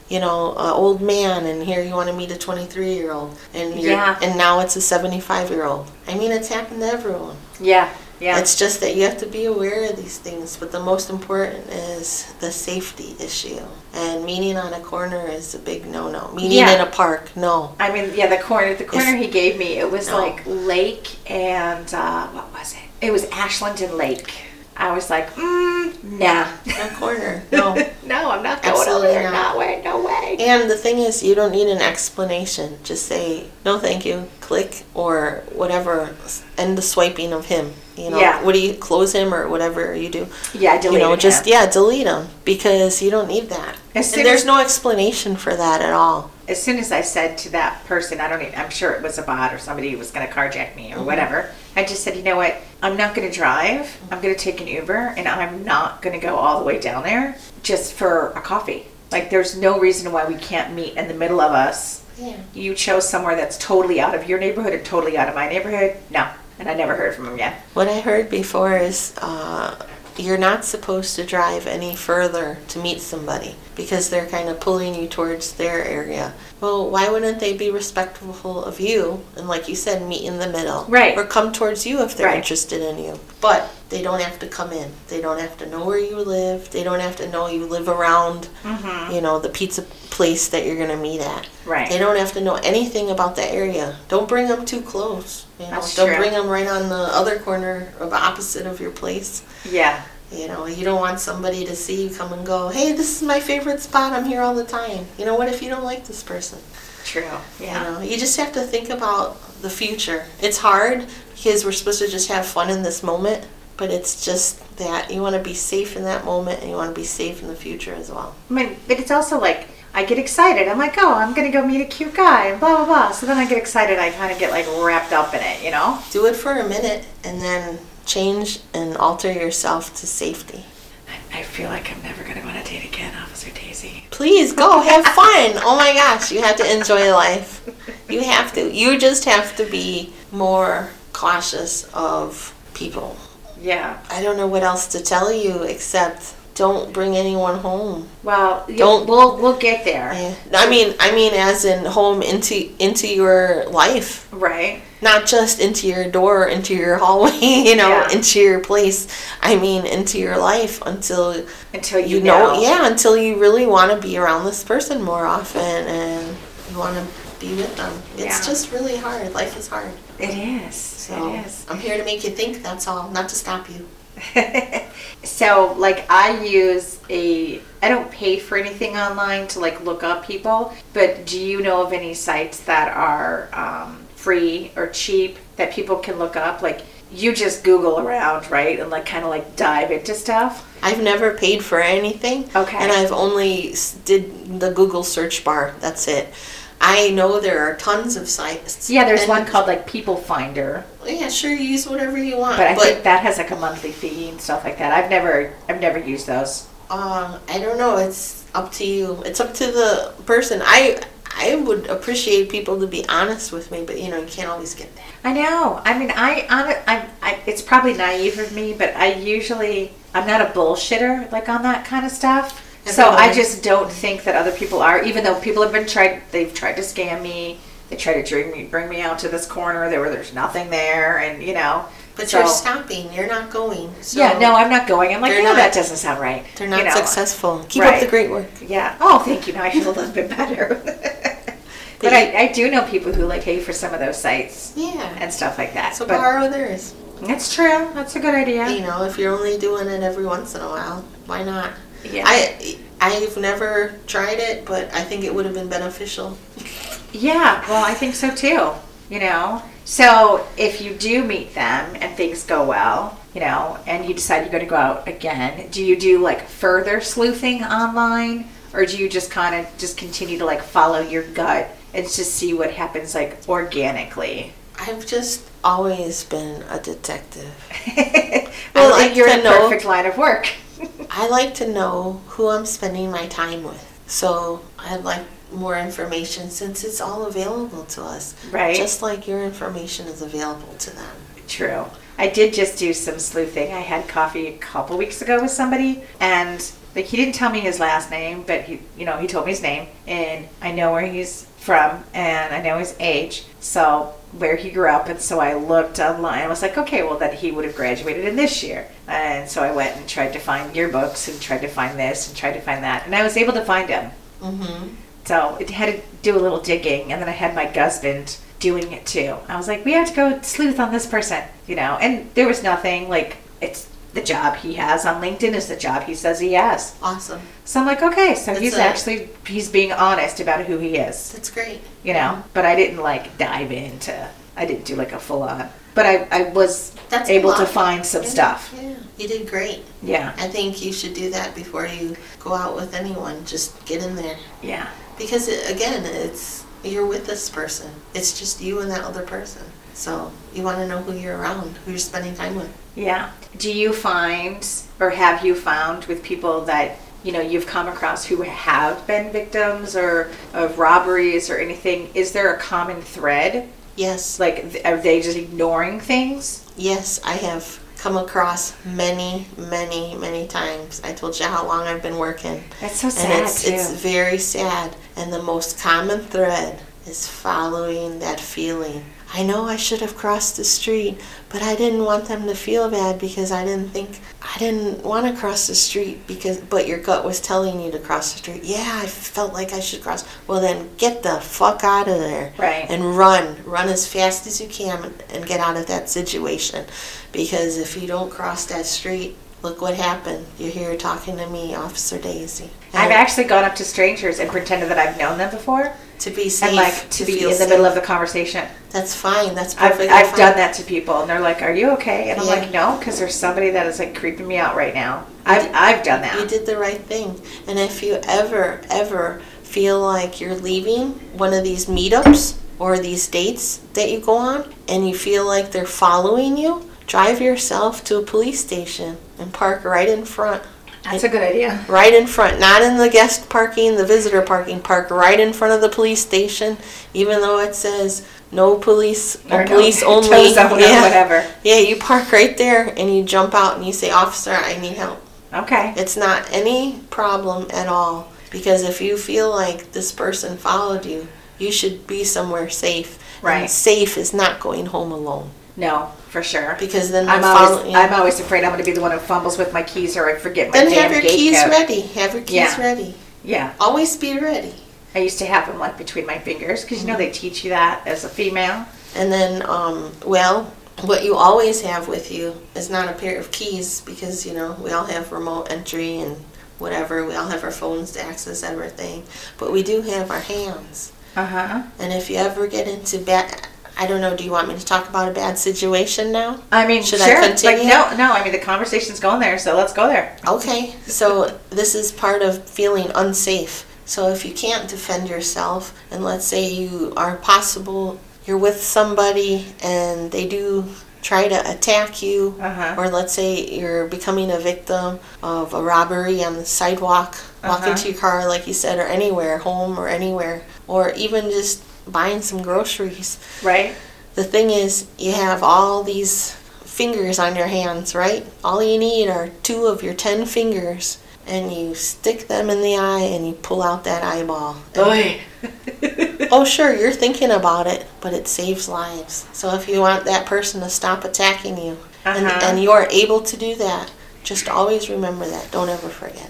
Speaker 2: you know an old man and here you want to meet a 23 year old and you're,
Speaker 1: Yeah.
Speaker 2: and now it's a 75 year old. I mean it's happened to everyone.
Speaker 1: Yeah, yeah.
Speaker 2: It's just that you have to be aware of these things, but the most important is the safety issue. And meeting on a corner is a big no no. Meeting
Speaker 1: Yeah.
Speaker 2: in a park, no.
Speaker 1: I mean, yeah, the corner, the corner
Speaker 2: If-
Speaker 1: he gave me, it was
Speaker 2: No.
Speaker 1: like Lake and uh, what was it? It was Ashland and Lake. I was like, mm, nah.
Speaker 2: No corner, no.
Speaker 1: no, I'm not going over
Speaker 2: Absolutely
Speaker 1: there.
Speaker 2: not.
Speaker 1: No way, no way.
Speaker 2: And the thing is, you don't need an explanation. Just say, no, thank you, click, or whatever. End the swiping of him. You know,
Speaker 1: Yeah.
Speaker 2: what do you close him or whatever you do?
Speaker 1: Yeah, delete
Speaker 2: you know,
Speaker 1: it,
Speaker 2: just,
Speaker 1: yeah.
Speaker 2: yeah, delete him because you don't need that.
Speaker 1: As soon
Speaker 2: And there's
Speaker 1: as-
Speaker 2: no explanation for that at all.
Speaker 1: As soon as I said to that person, I don't even, I'm sure it was a bot or somebody who was going to carjack me or
Speaker 2: Mm-hmm.
Speaker 1: whatever, I just said, you know what? I'm not going to drive.
Speaker 2: Mm-hmm.
Speaker 1: I'm going to take an Uber and I'm not going to go all the way down there just for a coffee. Like, there's no reason why we can't meet in the middle of us.
Speaker 2: Yeah.
Speaker 1: You chose somewhere that's totally out of your neighborhood and totally out of my neighborhood. No. And I never heard from him again.
Speaker 2: What I heard before is uh, you're not supposed to drive any further to meet somebody because they're kind of pulling you towards their area. Well, why wouldn't they be respectful of you and, like you said, meet in the middle?
Speaker 1: Right.
Speaker 2: Or come towards you if they're
Speaker 1: Right.
Speaker 2: interested in you. But they don't have to come in. They don't have to know where you live. They don't have to know you live around,
Speaker 1: Mm-hmm.
Speaker 2: you know, the pizza place that you're going to meet at.
Speaker 1: Right.
Speaker 2: They don't have to know anything about the area. Don't bring them too close. You know,
Speaker 1: That's
Speaker 2: don't
Speaker 1: true.
Speaker 2: bring them right on the other corner or the opposite of your place.
Speaker 1: Yeah.
Speaker 2: You know, you don't want somebody to see you come and go, hey, this is my favorite spot. I'm here all the time. You know, what if you don't like this person?
Speaker 1: True.
Speaker 2: You
Speaker 1: Yeah.
Speaker 2: know, you just have to think about the future. It's hard because we're supposed to just have fun in this moment, but it's just that you want to be safe in that moment and you want to be safe in the future as well.
Speaker 1: I mean, but it's also like I get excited. I'm like, oh, I'm gonna go meet a cute guy, and blah blah blah. So then I get excited. I kind of get like wrapped up in it, you know?
Speaker 2: Do it for a minute and then change and alter yourself to safety.
Speaker 1: I, I feel like I'm never gonna go on a date again, Officer Daisy.
Speaker 2: Please go have fun. Oh my gosh, you have to enjoy life. You have to. You just have to be more cautious of people.
Speaker 1: Yeah.
Speaker 2: I don't know what else to tell you except don't bring anyone home.
Speaker 1: Well, you-
Speaker 2: Don't-
Speaker 1: we'll we'll get there,
Speaker 2: Yeah. I mean, I mean, as in home into into your life,
Speaker 1: right?
Speaker 2: not just into your door, into your hallway, you know,
Speaker 1: Yeah.
Speaker 2: into your place. I mean, into your life until
Speaker 1: Until you,
Speaker 2: you know, yeah, until you really want to be around this person more often and you want to be with them. It's
Speaker 1: Yeah.
Speaker 2: just really hard. Life is hard.
Speaker 1: It is.
Speaker 2: So
Speaker 1: It is.
Speaker 2: I'm here to make you think. That's all, not to stop you.
Speaker 1: so like i use a i don't pay for anything online to like look up people but do you know of any sites that are um, free or cheap that people can look up like you just google around right and like kind of like dive into stuff
Speaker 2: I've never paid for anything.
Speaker 1: Okay.
Speaker 2: And I've only s- did the Google search bar. That's it. I know there are tons of sites.
Speaker 1: yeah there's
Speaker 2: and-
Speaker 1: one called like people finder
Speaker 2: Yeah, sure. Use whatever you want.
Speaker 1: but i
Speaker 2: But,
Speaker 1: think that has like a monthly fee and stuff like that i've never i've never used those
Speaker 2: um, I don't know. It's up to you. It's up to the person. I I would appreciate people to be honest with me, but you know you can't always get that.
Speaker 1: I know. I mean, I on it. I'm. I, it's probably naive of me, but I usually I'm not a bullshitter like on that kind of stuff. So I
Speaker 2: Everyone.
Speaker 1: just don't think that other people are. Even though people have been tried, they've tried to scam me. They try to bring me bring me out to this corner. There where there's nothing there, and you know.
Speaker 2: But
Speaker 1: so-
Speaker 2: you're stopping. You're not going. So
Speaker 1: yeah, no, I'm not going. I'm like,
Speaker 2: They're
Speaker 1: no,
Speaker 2: not-
Speaker 1: that doesn't sound right.
Speaker 2: They're not
Speaker 1: you know.
Speaker 2: successful. Keep up
Speaker 1: Right.
Speaker 2: the great work.
Speaker 1: Yeah. Oh, thank you. Now I feel a little bit better. but I, I do know people who like pay for some of those sites
Speaker 2: Yeah.
Speaker 1: and stuff like that.
Speaker 2: So
Speaker 1: but
Speaker 2: borrow theirs.
Speaker 1: that's true. That's a good idea.
Speaker 2: You know, if you're only doing it every once in a while, why not?
Speaker 1: Yeah.
Speaker 2: I I've never tried it, but I think it would have been beneficial.
Speaker 1: yeah, well, I think so too. You know, so if you do meet them and things go well, you know, and you decide you're going to go out again, do you do like further sleuthing online, or do you just kind of just continue to like follow your gut and just see what happens like organically?
Speaker 2: I've just always been a detective.
Speaker 1: well,
Speaker 2: like
Speaker 1: and you're
Speaker 2: to
Speaker 1: in a
Speaker 2: know-
Speaker 1: perfect line of work.
Speaker 2: I like to know who I'm spending my time with. So I'd like more information since it's all available to us.
Speaker 1: Right.
Speaker 2: Just like your information is available to them.
Speaker 1: True. I did just do some sleuthing. I had coffee a couple weeks ago with somebody, and like he didn't tell me his last name, but he, you know, he told me his name, and I know where he's from, and I know his age, so where he grew up, and so I looked online. I was like, okay, well, that he would have graduated in this year, and so I went and tried to find yearbooks, and tried to find this, and tried to find that, and I was able to find him.
Speaker 2: Mm-hmm.
Speaker 1: So it had to do a little digging, and then I had my husband doing it too. I was like, we have to go sleuth on this person, you know. And there was nothing like it's the job he has on LinkedIn is the job he says he has.
Speaker 2: Awesome.
Speaker 1: So I'm like, okay, so
Speaker 2: That's
Speaker 1: he's
Speaker 2: it.
Speaker 1: actually he's being honest about who he is,
Speaker 2: That's great.
Speaker 1: you know. But I didn't like dive into. I didn't do like a full on. But I, I was
Speaker 2: That's a
Speaker 1: able
Speaker 2: lot.
Speaker 1: to find some
Speaker 2: Yeah,
Speaker 1: stuff.
Speaker 2: Yeah. You did great.
Speaker 1: Yeah,
Speaker 2: I think you should do that before you go out with anyone. Just get in there.
Speaker 1: yeah,
Speaker 2: Because it, again, it's you're with this person. It's just you and that other person. So you want to know who you're around, who you're spending time with.
Speaker 1: yeah. Do you find or have you found with people that you know you've come across who have been victims or of robberies or anything? Is there a common thread?
Speaker 2: Yes,
Speaker 1: Like, th- are they just ignoring things?
Speaker 2: yes, I have come across many, many, many times. I told you how long I've been working.
Speaker 1: It's so sad
Speaker 2: and it's,
Speaker 1: too.
Speaker 2: it's very sad. And the most common thread is following that feeling. I know I should have crossed the street, but I didn't want them to feel bad because I didn't think I didn't want to cross the street because but your gut was telling you to cross the street. Yeah, I felt like I should cross. Well, then get the fuck out of there.
Speaker 1: Right.
Speaker 2: And run, run as fast as you can and- and get out of that situation because if you don't cross that street, look what happened. You're here talking to me, Officer Daisy.
Speaker 1: I've
Speaker 2: And-
Speaker 1: actually gone up to strangers and pretended that I've known them before,
Speaker 2: to be safe
Speaker 1: and like to be
Speaker 2: feel
Speaker 1: in the
Speaker 2: safe.
Speaker 1: middle of the conversation.
Speaker 2: that's fine that's
Speaker 1: I've,
Speaker 2: perfectly
Speaker 1: I've
Speaker 2: fine.
Speaker 1: done that to people, and they're like, "Are you okay?" And I'm
Speaker 2: Yeah.
Speaker 1: like, "No," because there's somebody that is like creeping me out right now. I've I've done that.
Speaker 2: you did the right thing and if you ever ever feel like you're leaving one of these meetups or these dates that you go on and you feel like they're following you drive yourself to a police station and park right in front
Speaker 1: That's a good idea.
Speaker 2: right in front, not in the guest parking, the visitor parking, park right in front of the police station, even though it says no police or,
Speaker 1: Or no
Speaker 2: police only.
Speaker 1: tow zone or whatever.
Speaker 2: Yeah, you park right there and you jump out and you say, Officer, I need help.
Speaker 1: Okay.
Speaker 2: It's not any problem at all because if you feel like this person followed you, you should be somewhere safe. And
Speaker 1: Right.
Speaker 2: safe is not going home alone
Speaker 1: No, for sure.
Speaker 2: because then they're
Speaker 1: I'm
Speaker 2: following
Speaker 1: always
Speaker 2: you.
Speaker 1: I'm always afraid I'm going to be the one who fumbles with my keys or I forget my
Speaker 2: then
Speaker 1: damn
Speaker 2: have your
Speaker 1: gate
Speaker 2: keys
Speaker 1: code.
Speaker 2: ready. Have your keys
Speaker 1: Yeah.
Speaker 2: ready.
Speaker 1: Yeah,
Speaker 2: Always be ready.
Speaker 1: I used to have them like between my fingers because you know they teach you that as a female.
Speaker 2: And then, um, well, what you always have with you is not a pair of keys because, you know, we all have remote entry and whatever. We all have our phones to access everything. But we do have our hands.
Speaker 1: Uh huh.
Speaker 2: And if you ever get into bad, I don't know, do you want me to talk about a bad situation now?
Speaker 1: I mean,
Speaker 2: Should I
Speaker 1: sure. Like,
Speaker 2: continue?
Speaker 1: no, no. I mean, the conversation's going there, so let's go there.
Speaker 2: Okay, so this is part of feeling unsafe. So if you can't defend yourself, and let's say you are possible, you're with somebody and they do try to attack you,
Speaker 1: Uh-huh.
Speaker 2: or let's say you're becoming a victim of a robbery on the sidewalk, walking
Speaker 1: Uh-huh.
Speaker 2: to your car, like you said, or anywhere, home or anywhere, or even just buying some groceries.
Speaker 1: Right.
Speaker 2: The thing is, you have all these fingers on your hands, right? All you need are two of your ten fingers, and you stick them in the eye and you pull out that eyeball.
Speaker 1: Oy.
Speaker 2: oh, sure, you're thinking about it, but it saves lives. So if you want that person to stop attacking you, and,
Speaker 1: Uh-huh.
Speaker 2: and you're able to do that, just always remember that. Don't ever forget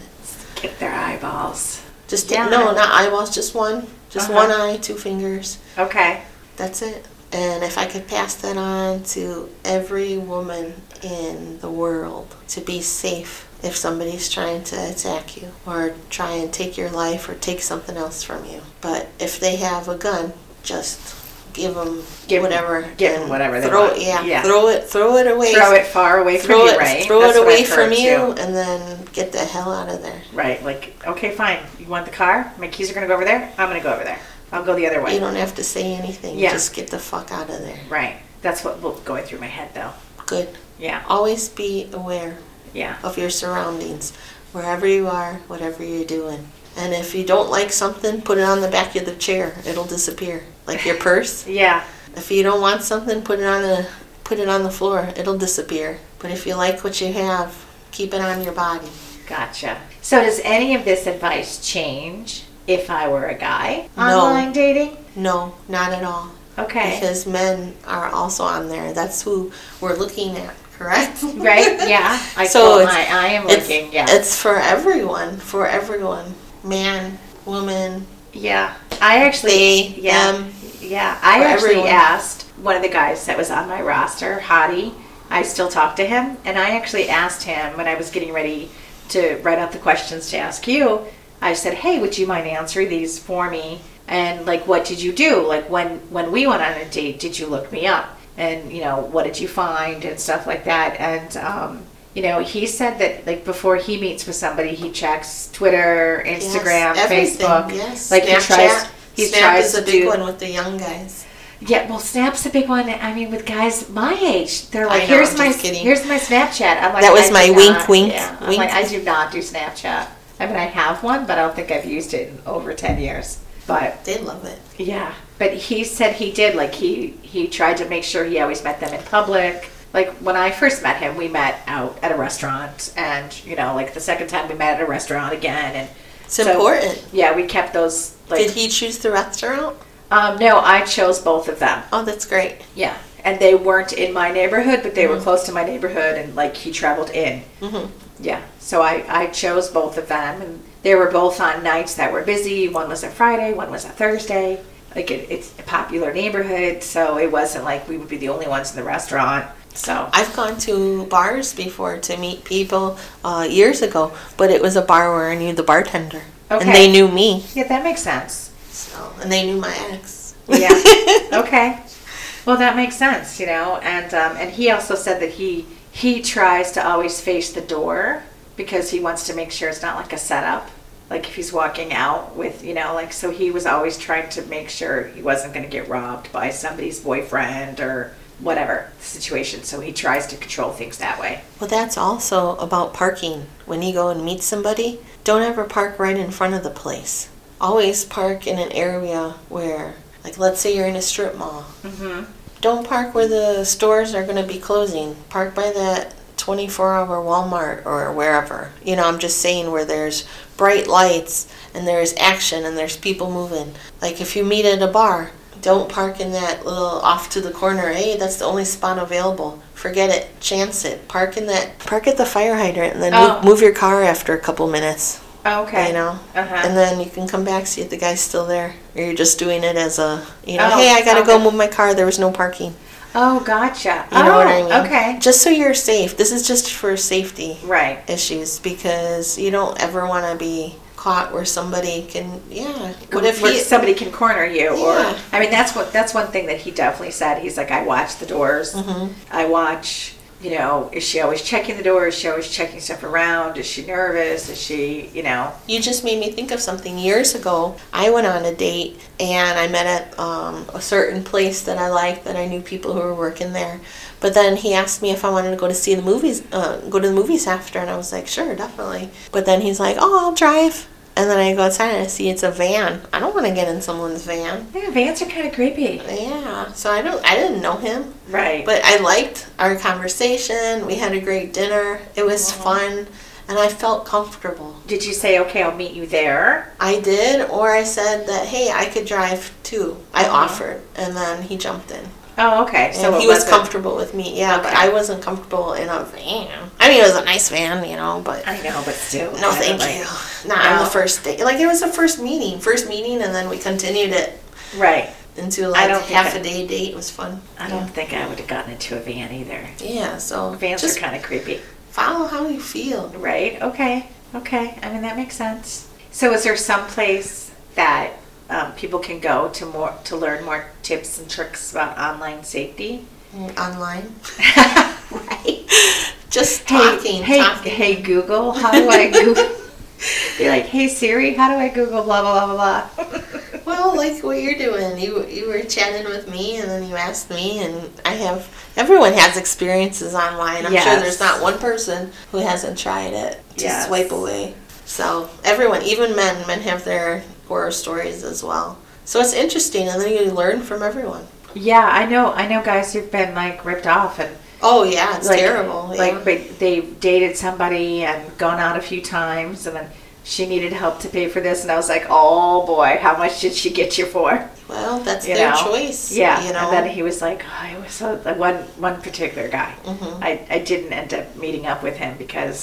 Speaker 2: it.
Speaker 1: Get their eyeballs.
Speaker 2: Just
Speaker 1: Yeah.
Speaker 2: no, not eyeballs, just one, just
Speaker 1: Uh-huh.
Speaker 2: one eye, two fingers.
Speaker 1: Okay.
Speaker 2: That's it. And if I could pass that on to every woman in the world to be safe if somebody's trying to attack you or try and take your life or take something else from you. But if they have a gun, just give them
Speaker 1: Give 'em-
Speaker 2: whatever.
Speaker 1: give 'em
Speaker 2: and
Speaker 1: whatever they
Speaker 2: throw
Speaker 1: want.
Speaker 2: Yeah,
Speaker 1: Yeah.
Speaker 2: throw it, throw it away.
Speaker 1: Throw it far away from
Speaker 2: Throw
Speaker 1: you,
Speaker 2: it,
Speaker 1: right?
Speaker 2: throw
Speaker 1: That's
Speaker 2: it
Speaker 1: what
Speaker 2: away
Speaker 1: I've
Speaker 2: from
Speaker 1: heard,
Speaker 2: you,
Speaker 1: too.
Speaker 2: and then get the hell out of there.
Speaker 1: Right. Like, okay, fine. You want the car? My keys are going to go over there. I'm going to go over there. I'll go the other way.
Speaker 2: You don't have to say anything.
Speaker 1: Yeah.
Speaker 2: Just get the fuck out of there.
Speaker 1: Right. That's what was going through my head, though.
Speaker 2: Good.
Speaker 1: Yeah.
Speaker 2: Always be aware.
Speaker 1: Yeah.
Speaker 2: of your surroundings, wherever you are, whatever you're doing. And if you don't like something, put it on the back of the chair. It'll disappear, like your purse.
Speaker 1: Yeah.
Speaker 2: if you don't want something, put it on the put it on the floor. It'll disappear. But if you like what you have, keep it on your body.
Speaker 1: Gotcha. So, does any of this advice change if I were a guy
Speaker 2: No.
Speaker 1: online dating?
Speaker 2: No, not at all.
Speaker 1: Okay.
Speaker 2: Because men are also on there. That's who we're looking at, correct?
Speaker 1: right? Yeah. I
Speaker 2: So
Speaker 1: so
Speaker 2: it's-
Speaker 1: my I am
Speaker 2: It's,
Speaker 1: looking. Yeah.
Speaker 2: it's for everyone, for everyone. Man, woman,
Speaker 1: yeah. I actually.
Speaker 2: They,
Speaker 1: yeah.
Speaker 2: them,
Speaker 1: yeah. I
Speaker 2: for
Speaker 1: actually
Speaker 2: everyone.
Speaker 1: asked one of the guys that was on my roster, Hottie. I still talk to him, and I actually asked him when I was getting ready to write out the questions to ask you. I said, "Hey, would you mind answering these for me?" And like, what did you do? Like when when we went on a date, did you look me up? And you know, what did you find and stuff like that? And um, you know, he said that like before he meets with somebody, he checks Twitter, Instagram,
Speaker 2: everything,
Speaker 1: Facebook.
Speaker 2: Yes.
Speaker 1: Like
Speaker 2: Snapchat.
Speaker 1: he tries. He
Speaker 2: Snap
Speaker 1: tries
Speaker 2: is a
Speaker 1: to
Speaker 2: big
Speaker 1: do,
Speaker 2: one with the young guys.
Speaker 1: Yeah, well, Snap's a big one. I mean, with guys my age, they're like,
Speaker 2: I know,
Speaker 1: "Here's
Speaker 2: I'm
Speaker 1: my
Speaker 2: just kidding.
Speaker 1: here's my Snapchat." I'm like,
Speaker 2: That was
Speaker 1: I do
Speaker 2: my wink,
Speaker 1: not-
Speaker 2: wink,
Speaker 1: yeah. I'm
Speaker 2: wink.
Speaker 1: like, I do not do Snapchat. I mean, I have one, but I don't think I've used it in over ten years. But
Speaker 2: They love it.
Speaker 1: yeah, but he said he did. Like he he tried to make sure he always met them in public. like when I first met him, we met out at a restaurant, and you know, like the second time we met at a restaurant again, and
Speaker 2: It's important.
Speaker 1: Yeah, we kept those. Like,
Speaker 2: Did he choose the restaurant?
Speaker 1: Um, no, I chose both of them.
Speaker 2: Oh, that's great.
Speaker 1: Yeah, and they weren't in my neighborhood, but they were close to my neighborhood, and like he traveled in.
Speaker 2: Mhm.
Speaker 1: Yeah, so I I chose both of them, and they were both on nights that were busy. One was a Friday, one was a Thursday. Like it, it's a popular neighborhood, so it wasn't like we would be the only ones in the restaurant. So
Speaker 2: I've gone to bars before to meet people uh, years ago, but it was a bar where I knew the bartender, and
Speaker 1: Okay.
Speaker 2: they knew me,
Speaker 1: yeah, that makes sense.
Speaker 2: so and they knew my ex.
Speaker 1: Yeah. okay. Well, that makes sense, you know. And um, and he also said that he he tries to always face the door because he wants to make sure it's not like a setup. Like if he's walking out with, you know, like so he was always trying to make sure he wasn't going to get robbed by somebody's boyfriend or whatever situation. So he tries to control things that way.
Speaker 2: Well, that's also about parking. When you go and meet somebody, don't ever park right in front of the place. Always park in an area where, like, let's say you're in a strip mall.
Speaker 1: Mhm.
Speaker 2: Don't park where the stores are going to be closing. Park by that 24 hour Walmart or wherever. You know, I'm just saying where there's bright lights and there's action and there's people moving. Like, if you meet at a bar, don't park in that little off to the corner. Hey, that's the only spot available. Forget it. Chance it. Park in that. Park at the fire hydrant and then
Speaker 1: Oh.
Speaker 2: move, move your car after a couple minutes.
Speaker 1: Okay.
Speaker 2: You know,
Speaker 1: Uh-huh.
Speaker 2: and then you can come back see if the guy's still there, or you're just doing it as a, you know,
Speaker 1: Oh,
Speaker 2: hey, I gotta go
Speaker 1: okay.
Speaker 2: move my car. There was no parking.
Speaker 1: oh, gotcha.
Speaker 2: You
Speaker 1: oh,
Speaker 2: know what I mean?
Speaker 1: okay.
Speaker 2: Just so you're safe. This is just for safety
Speaker 1: Right.
Speaker 2: issues because you don't ever want to be caught where somebody can, yeah. What if
Speaker 1: where
Speaker 2: he?
Speaker 1: somebody can corner you
Speaker 2: Yeah.
Speaker 1: or i mean that's what that's one thing that he definitely said he's like i watch the doors
Speaker 2: mm-hmm.
Speaker 1: i watch you know is she always checking the door is she always checking stuff around is she nervous is she you know
Speaker 2: You just made me think of something years ago. I went on a date and I met at um, a certain place that I liked that I knew people who were working there. But then he asked me if I wanted to go to see the movies, uh, go to the movies after, and I was like, sure, definitely. But then he's like, oh, I'll drive. And then I go outside and I see it's a van. I don't want to get in someone's van.
Speaker 1: yeah vans are kind of creepy
Speaker 2: Yeah, so I don't, I didn't know him,
Speaker 1: right
Speaker 2: but I liked our conversation. We had a great dinner. It was
Speaker 1: Mm-hmm.
Speaker 2: fun, and I felt comfortable.
Speaker 1: did you say okay i'll meet you there
Speaker 2: I did, or I said that, hey, I could drive too. I offered, and then he jumped in.
Speaker 1: oh okay Mm-hmm. so
Speaker 2: and
Speaker 1: it
Speaker 2: he was
Speaker 1: wasn't-
Speaker 2: comfortable with me, yeah, but I wasn't comfortable in a van. I mean, it was a nice van, you know, but
Speaker 1: i know but still
Speaker 2: no,
Speaker 1: I don't
Speaker 2: thank
Speaker 1: like-
Speaker 2: you. Not on
Speaker 1: No.
Speaker 2: the first day. Like, it was the first meeting, first meeting, and then we continued it
Speaker 1: right
Speaker 2: into like
Speaker 1: don't think
Speaker 2: half
Speaker 1: I-
Speaker 2: a day date. It was fun.
Speaker 1: i don't think i would have gotten into a van either
Speaker 2: Yeah, so
Speaker 1: vans
Speaker 2: just
Speaker 1: are kind of creepy
Speaker 2: follow how you feel.
Speaker 1: Right. Okay. Okay. I mean, that makes sense. So, is there some place that um, people can go to more to learn more tips and tricks about online safety?
Speaker 2: Online.
Speaker 1: right.
Speaker 2: Just
Speaker 1: Hey,
Speaker 2: talking.
Speaker 1: hey,
Speaker 2: talking.
Speaker 1: hey, Google. How do I Google? Be like, hey Siri, how do I Google blah blah blah blah blah?
Speaker 2: Well, like what you're doing, you you were chatting with me, and then you asked me, and I have. Everyone has experiences online. I'm sure
Speaker 1: Yes.
Speaker 2: there's not one person who hasn't tried it to
Speaker 1: Yes.
Speaker 2: swipe away. So everyone, even men, men have their horror stories as well. So it's interesting, and then you learn from everyone.
Speaker 1: yeah, I know. I know guys who've been like ripped off and
Speaker 2: Oh yeah, it's terrible. yeah.
Speaker 1: Like they, they dated somebody and gone out a few times, and then she needed help to pay for this, and I was like, oh boy, how much did she get you for?
Speaker 2: well, that's
Speaker 1: You
Speaker 2: their
Speaker 1: know?
Speaker 2: choice.
Speaker 1: Yeah,
Speaker 2: you know.
Speaker 1: and then he was like, oh, I was so the one one particular guy.
Speaker 2: Mm-hmm.
Speaker 1: I I didn't end up meeting up with him because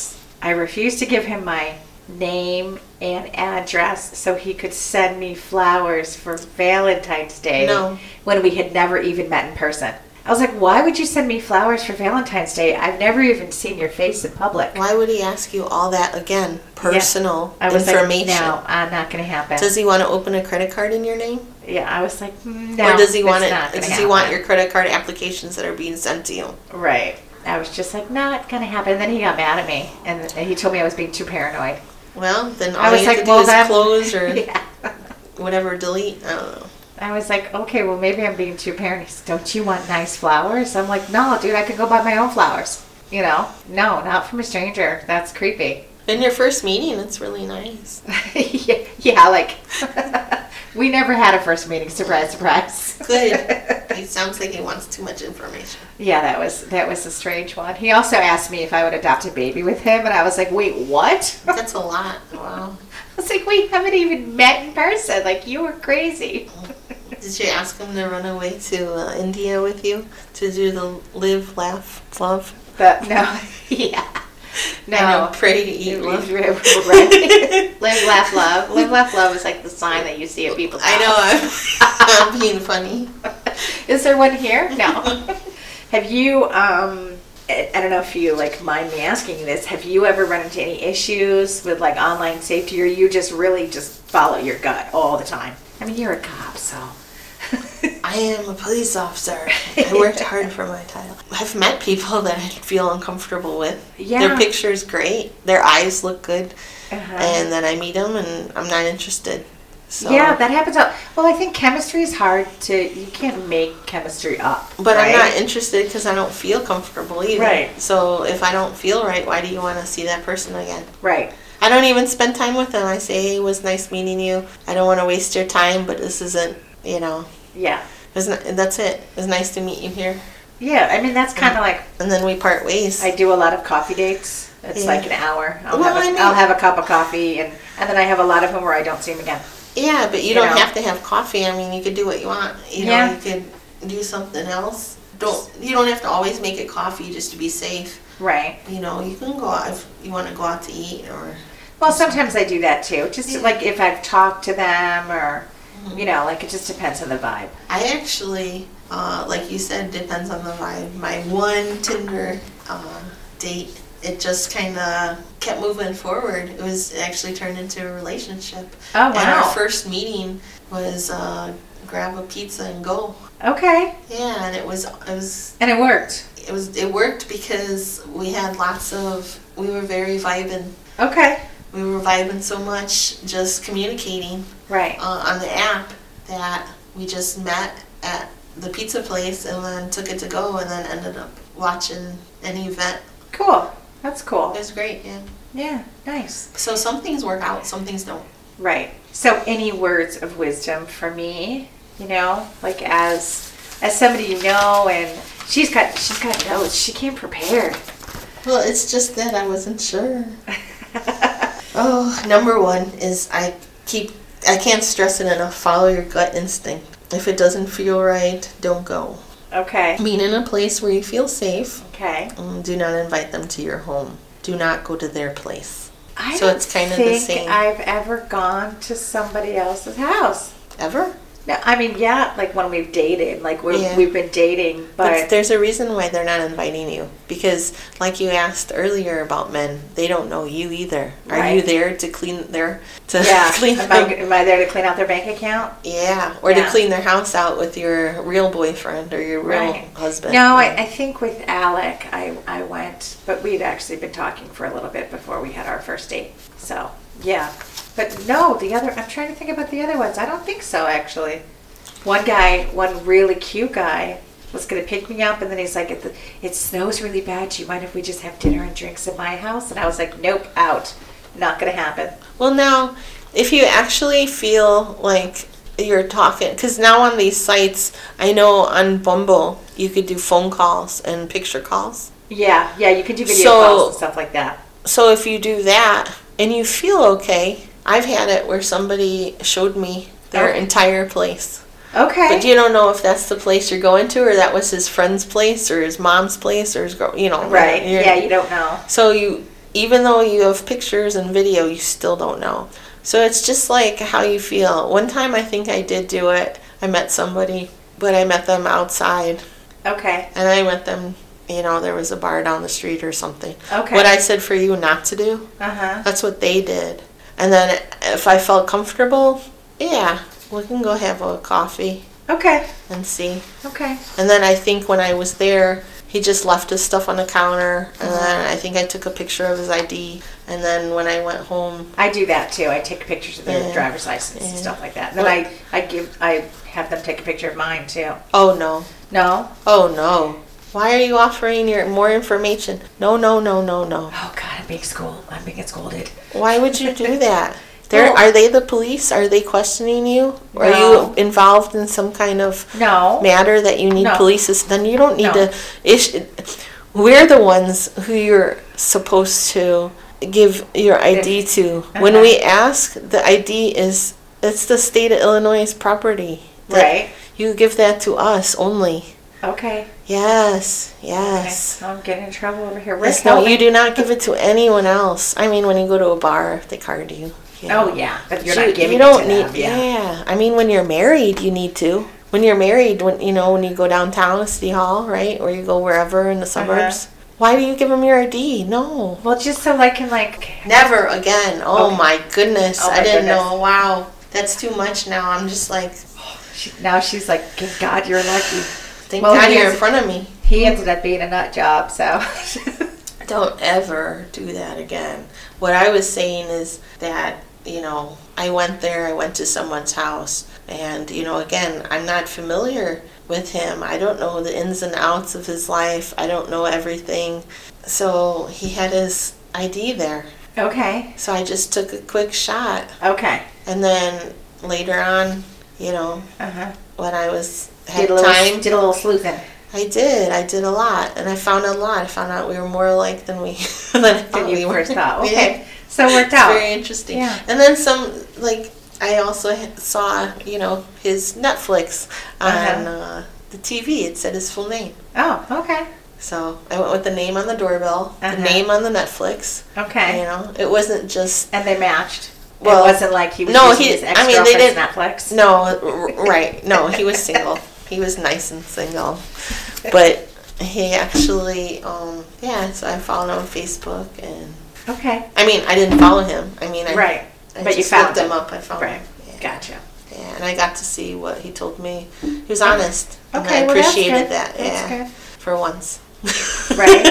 Speaker 1: I refused to give him my name and address so he could send me flowers for Valentine's Day
Speaker 2: No.
Speaker 1: when we had never even met in person. I was like, why would you send me flowers for Valentine's Day? I've never even seen your face in public.
Speaker 2: Why would he ask you all that again? Personal
Speaker 1: I was
Speaker 2: information.
Speaker 1: like, no, uh, not going to happen.
Speaker 2: Does he want to open a credit card in your name?
Speaker 1: yeah, I was like, "Mm, no.
Speaker 2: or does he want
Speaker 1: that's
Speaker 2: it?
Speaker 1: not gonna
Speaker 2: Does he want
Speaker 1: happen.
Speaker 2: your credit card applications that are being sent to you?
Speaker 1: Right. I was just like, not gonna happen. Then he got mad at me, and and he told me I was being too paranoid.
Speaker 2: Well, then all
Speaker 1: I was
Speaker 2: you
Speaker 1: like,
Speaker 2: have to
Speaker 1: well,
Speaker 2: do is
Speaker 1: that-
Speaker 2: close or
Speaker 1: Yeah.
Speaker 2: whatever, delete. I don't know.
Speaker 1: I was like, okay, well maybe I'm being too paranoid. He's, Don't you want nice flowers? I'm like, no, dude, I could go buy my own flowers. You know, no, not from a stranger. That's creepy.
Speaker 2: In your first meeting, it's really nice.
Speaker 1: yeah, yeah, like we never had a first meeting. Surprise, surprise.
Speaker 2: Good. he sounds like he wants too much information.
Speaker 1: Yeah, that was that was a strange one. He also asked me if I would adopt a baby with him, and I was like, "Wait, what?" I
Speaker 2: That's a lot. Wow.
Speaker 1: was like, "We haven't even met in person. Like, you were crazy."
Speaker 2: Did you ask him to run away to uh, India with you to do the live, laugh, love?
Speaker 1: But no, yeah, no.
Speaker 2: And pray to eat
Speaker 1: Live,
Speaker 2: love.
Speaker 1: laugh, love. Live, laugh, love is like the sign that you see at people's
Speaker 2: I know,
Speaker 1: houses.
Speaker 2: I'm, I'm being funny.
Speaker 1: Is there one here? No. have you, um, I I don't know if you like mind me asking you this, have you ever run into any issues with like online safety or you just really just follow your gut all the time? I mean, you're a cop, so.
Speaker 2: I am a police officer. I worked hard for my title. I've met people that I feel uncomfortable with.
Speaker 1: Yeah.
Speaker 2: Their picture's great. Their eyes look good.
Speaker 1: Uh-huh.
Speaker 2: And then I meet them and I'm not interested. So,
Speaker 1: yeah, that happens. All- well, I think chemistry is hard to, you can't make chemistry up.
Speaker 2: But
Speaker 1: right?
Speaker 2: I'm not interested because I don't feel comfortable either.
Speaker 1: Right.
Speaker 2: So if I don't feel right, why do you want to see that person again?
Speaker 1: Right.
Speaker 2: I don't even spend time with them. I say, hey, it was nice meeting you. I don't want to waste your time, but this isn't, you know,
Speaker 1: Yeah.
Speaker 2: it was n- that's it. It was nice to meet you here.
Speaker 1: Yeah, I mean, that's kind of like
Speaker 2: And then we part ways.
Speaker 1: I do a lot of coffee dates. It's
Speaker 2: Yeah.
Speaker 1: like an hour. I'll,
Speaker 2: Well,
Speaker 1: have a,
Speaker 2: I mean-
Speaker 1: will have a cup of coffee, and, and then I have a lot of them where I don't see them again.
Speaker 2: yeah, but you,
Speaker 1: you
Speaker 2: don't
Speaker 1: know.
Speaker 2: have to have coffee. I mean, you could do what you want. You
Speaker 1: Yeah.
Speaker 2: know, you could do something else. Don't you don't have to always make it coffee just to be safe.
Speaker 1: Right.
Speaker 2: You know, you can go out if you want to go out to eat or
Speaker 1: Well, sometimes I do that too. Just
Speaker 2: Yeah. Mm-hmm.
Speaker 1: like if I've talked to them, or you know, like it just depends on the vibe.
Speaker 2: I actually, uh, like you said, depends on the vibe. My one Tinder uh, date, it just kind of kept moving forward. It was it actually turned into a relationship.
Speaker 1: Oh
Speaker 2: And our
Speaker 1: wow.
Speaker 2: first meeting was uh, grab a pizza and go.
Speaker 1: okay,
Speaker 2: Yeah, and it was it was
Speaker 1: and it worked.
Speaker 2: it was it worked because we had lots of we were very vibing.
Speaker 1: Okay.
Speaker 2: We were vibing so much, just communicating
Speaker 1: Right.
Speaker 2: uh, on the app that we just met at the pizza place and then took it to go and then ended up watching an event.
Speaker 1: Cool. That's
Speaker 2: It
Speaker 1: cool.
Speaker 2: was great, yeah.
Speaker 1: Yeah. Nice.
Speaker 2: So some things work out, some things don't.
Speaker 1: Right. So, any words of wisdom for me? You know, like as as somebody you know, and she's got she's got notes. She came prepared.
Speaker 2: Well, it's just that I wasn't sure. Oh, number one is I keep, I can't stress it enough follow your gut instinct. If it doesn't feel right, don't go.
Speaker 1: okay.
Speaker 2: Mean in a place where you feel safe,
Speaker 1: Okay.
Speaker 2: mm, do not invite them to your home. Do not go to their place.
Speaker 1: I
Speaker 2: So
Speaker 1: don't
Speaker 2: it's kind of the
Speaker 1: think
Speaker 2: same.
Speaker 1: I've ever gone to somebody else's house.
Speaker 2: Ever?
Speaker 1: No, I mean, yeah, like when we've dated, like we're,
Speaker 2: Yeah.
Speaker 1: we've been dating,
Speaker 2: But
Speaker 1: but
Speaker 2: there's a reason why they're not inviting you because, like you asked earlier about men, they don't know you either. Are you
Speaker 1: Right.
Speaker 2: there to clean their to
Speaker 1: yeah,
Speaker 2: clean
Speaker 1: am I,
Speaker 2: their,
Speaker 1: am I there to clean out their bank account?
Speaker 2: yeah, or
Speaker 1: Yeah.
Speaker 2: to clean their house out with your real boyfriend or your real
Speaker 1: Right.
Speaker 2: husband?
Speaker 1: No, I, I think with Alec, I, I went, but we'd actually been talking for a little bit before we had our first date. So, yeah. But no, the other, I'm trying to think about the other ones. I don't think so, actually. One guy, one really cute guy, was going to pick me up, and then he's like, it, it snows really bad. Do you mind if we just have dinner and drinks at my house? And I was like, nope, out. Not going to happen.
Speaker 2: Well, now, if you actually feel like you're talking, because now on these sites, I know on Bumble you could do phone calls and picture calls.
Speaker 1: Yeah, yeah, you can do video
Speaker 2: So-
Speaker 1: calls and stuff like that.
Speaker 2: So if you do that and you feel okay, I've had it where somebody showed me their
Speaker 1: Okay.
Speaker 2: entire place.
Speaker 1: Okay.
Speaker 2: But you don't know if that's the place you're going to or that was his friend's place or his mom's place or his girl, you know.
Speaker 1: right.
Speaker 2: you're-
Speaker 1: Yeah, you don't know.
Speaker 2: so you even though you have pictures and video, you still don't know. So it's just like how you feel. One time I think I did do it. I met somebody, but I met them outside
Speaker 1: Okay.
Speaker 2: and I met them, you know, there was a bar down the street or something.
Speaker 1: Okay.
Speaker 2: What I said for you not to do.
Speaker 1: Uh huh.
Speaker 2: That's what they did. And then if I felt comfortable, yeah, we can go have a coffee
Speaker 1: Okay.
Speaker 2: and see.
Speaker 1: Okay.
Speaker 2: And then I think when I was there, he just left his stuff on the counter. And
Speaker 1: Uh-huh.
Speaker 2: then I think I took a picture of his ID. And then when I went home,
Speaker 1: I do that too. I take pictures of their
Speaker 2: Yeah.
Speaker 1: driver's license and
Speaker 2: Yeah.
Speaker 1: stuff like that. Then
Speaker 2: Well-
Speaker 1: I, I give I have them take a picture of mine too.
Speaker 2: oh no,
Speaker 1: No.
Speaker 2: oh no. Why are you offering your more information? No, no, no, no, no.
Speaker 1: Oh God, I'm
Speaker 4: being school. I'm being scolded.
Speaker 2: Why would you do that? They're,
Speaker 1: Well-
Speaker 2: are they the police? Are they questioning you? Or
Speaker 1: No.
Speaker 2: Are you involved in some kind of
Speaker 1: No.
Speaker 2: matter that you need
Speaker 1: Oh. No.
Speaker 2: police? ass- Then you don't need
Speaker 1: No.
Speaker 2: to. Ish, we're the ones who you're supposed to give your ID to. When
Speaker 1: Uh-huh.
Speaker 2: we ask, the ID is it's the state of Illinois' property. That
Speaker 1: Right.
Speaker 2: You give that to us only.
Speaker 1: Okay.
Speaker 2: Yes.
Speaker 1: Okay.
Speaker 2: Yes.
Speaker 1: Now I'm getting in trouble over here. oh, Where's
Speaker 2: Yes, no, you do not give it to anyone else. I mean, when you go to a bar, if they card you. Yeah.
Speaker 1: Oh yeah, but you're
Speaker 2: So
Speaker 1: not giving
Speaker 2: you
Speaker 1: it
Speaker 2: don't
Speaker 1: to
Speaker 2: need.
Speaker 1: them.
Speaker 2: yeah. I mean, when you're married, you need to. When you're married, when you know when you go downtown to City Hall, right, or you go wherever
Speaker 1: Uh-huh.
Speaker 2: in the suburbs, why do you give them your ID? No.
Speaker 1: Well, just so I can like.
Speaker 2: Never again. Oh
Speaker 1: Okay.
Speaker 2: my goodness!
Speaker 1: Oh, my
Speaker 2: I didn't
Speaker 1: goodness.
Speaker 2: know. Wow, that's too much. Now I'm just like,
Speaker 1: She, now she's like, "Good God, you're lucky."
Speaker 2: thank
Speaker 1: Well,
Speaker 2: God
Speaker 1: he
Speaker 2: you're
Speaker 1: is-
Speaker 2: in front of me.
Speaker 1: He ended up being a nut job, so.
Speaker 2: Don't ever do that again. What I was saying is that, you know, I went there, I went to someone's house, and, you know, again, I'm not familiar with him. I don't know the ins and outs of his life, I don't know everything. So he had his ID there.
Speaker 1: okay.
Speaker 2: So I just took a quick shot.
Speaker 1: Okay.
Speaker 2: And then later on, you know,
Speaker 1: Uh huh.
Speaker 2: when I was had
Speaker 1: Did a little
Speaker 2: time,
Speaker 1: did a little sleuthing.
Speaker 2: I did. I did a lot, and I found a lot. I found out we were more alike than we than I thought
Speaker 1: Did you
Speaker 2: we were.
Speaker 1: Oh, first thought?
Speaker 2: Yeah.
Speaker 1: Okay. So it worked
Speaker 2: It's
Speaker 1: out.
Speaker 2: very interesting.
Speaker 1: Yeah.
Speaker 2: And then some, like, I also h- saw, you know, his Netflix on
Speaker 1: Uh-huh.
Speaker 2: uh, the TV. It said his full name.
Speaker 1: Oh, okay.
Speaker 2: So I went with the name on the doorbell,
Speaker 1: Uh-huh.
Speaker 2: the name on the Netflix.
Speaker 1: Okay.
Speaker 2: You know, it wasn't just
Speaker 1: And they matched.
Speaker 2: Well,
Speaker 1: it wasn't like he was
Speaker 2: no,
Speaker 1: using
Speaker 2: he-
Speaker 1: his ex
Speaker 2: I mean, they
Speaker 1: girlfriend's
Speaker 2: didn't-
Speaker 1: Netflix.
Speaker 2: no, r- right? No, he was single. he was nice and single, but he actually, um, yeah. So I followed him on Facebook, and
Speaker 1: Okay.
Speaker 2: I mean, I didn't follow him. I mean, I,
Speaker 1: Right.
Speaker 2: I
Speaker 1: But you
Speaker 2: just
Speaker 1: found
Speaker 2: looked him
Speaker 1: him.
Speaker 2: up. I found
Speaker 1: Right.
Speaker 2: him. Yeah.
Speaker 1: Gotcha.
Speaker 2: Yeah, and I got to see what he told me. He was honest. and
Speaker 1: Okay,
Speaker 2: I
Speaker 1: well, that's
Speaker 2: appreciated
Speaker 1: good.
Speaker 2: that.
Speaker 1: That's
Speaker 2: yeah,
Speaker 1: good.
Speaker 2: for once.
Speaker 1: Right.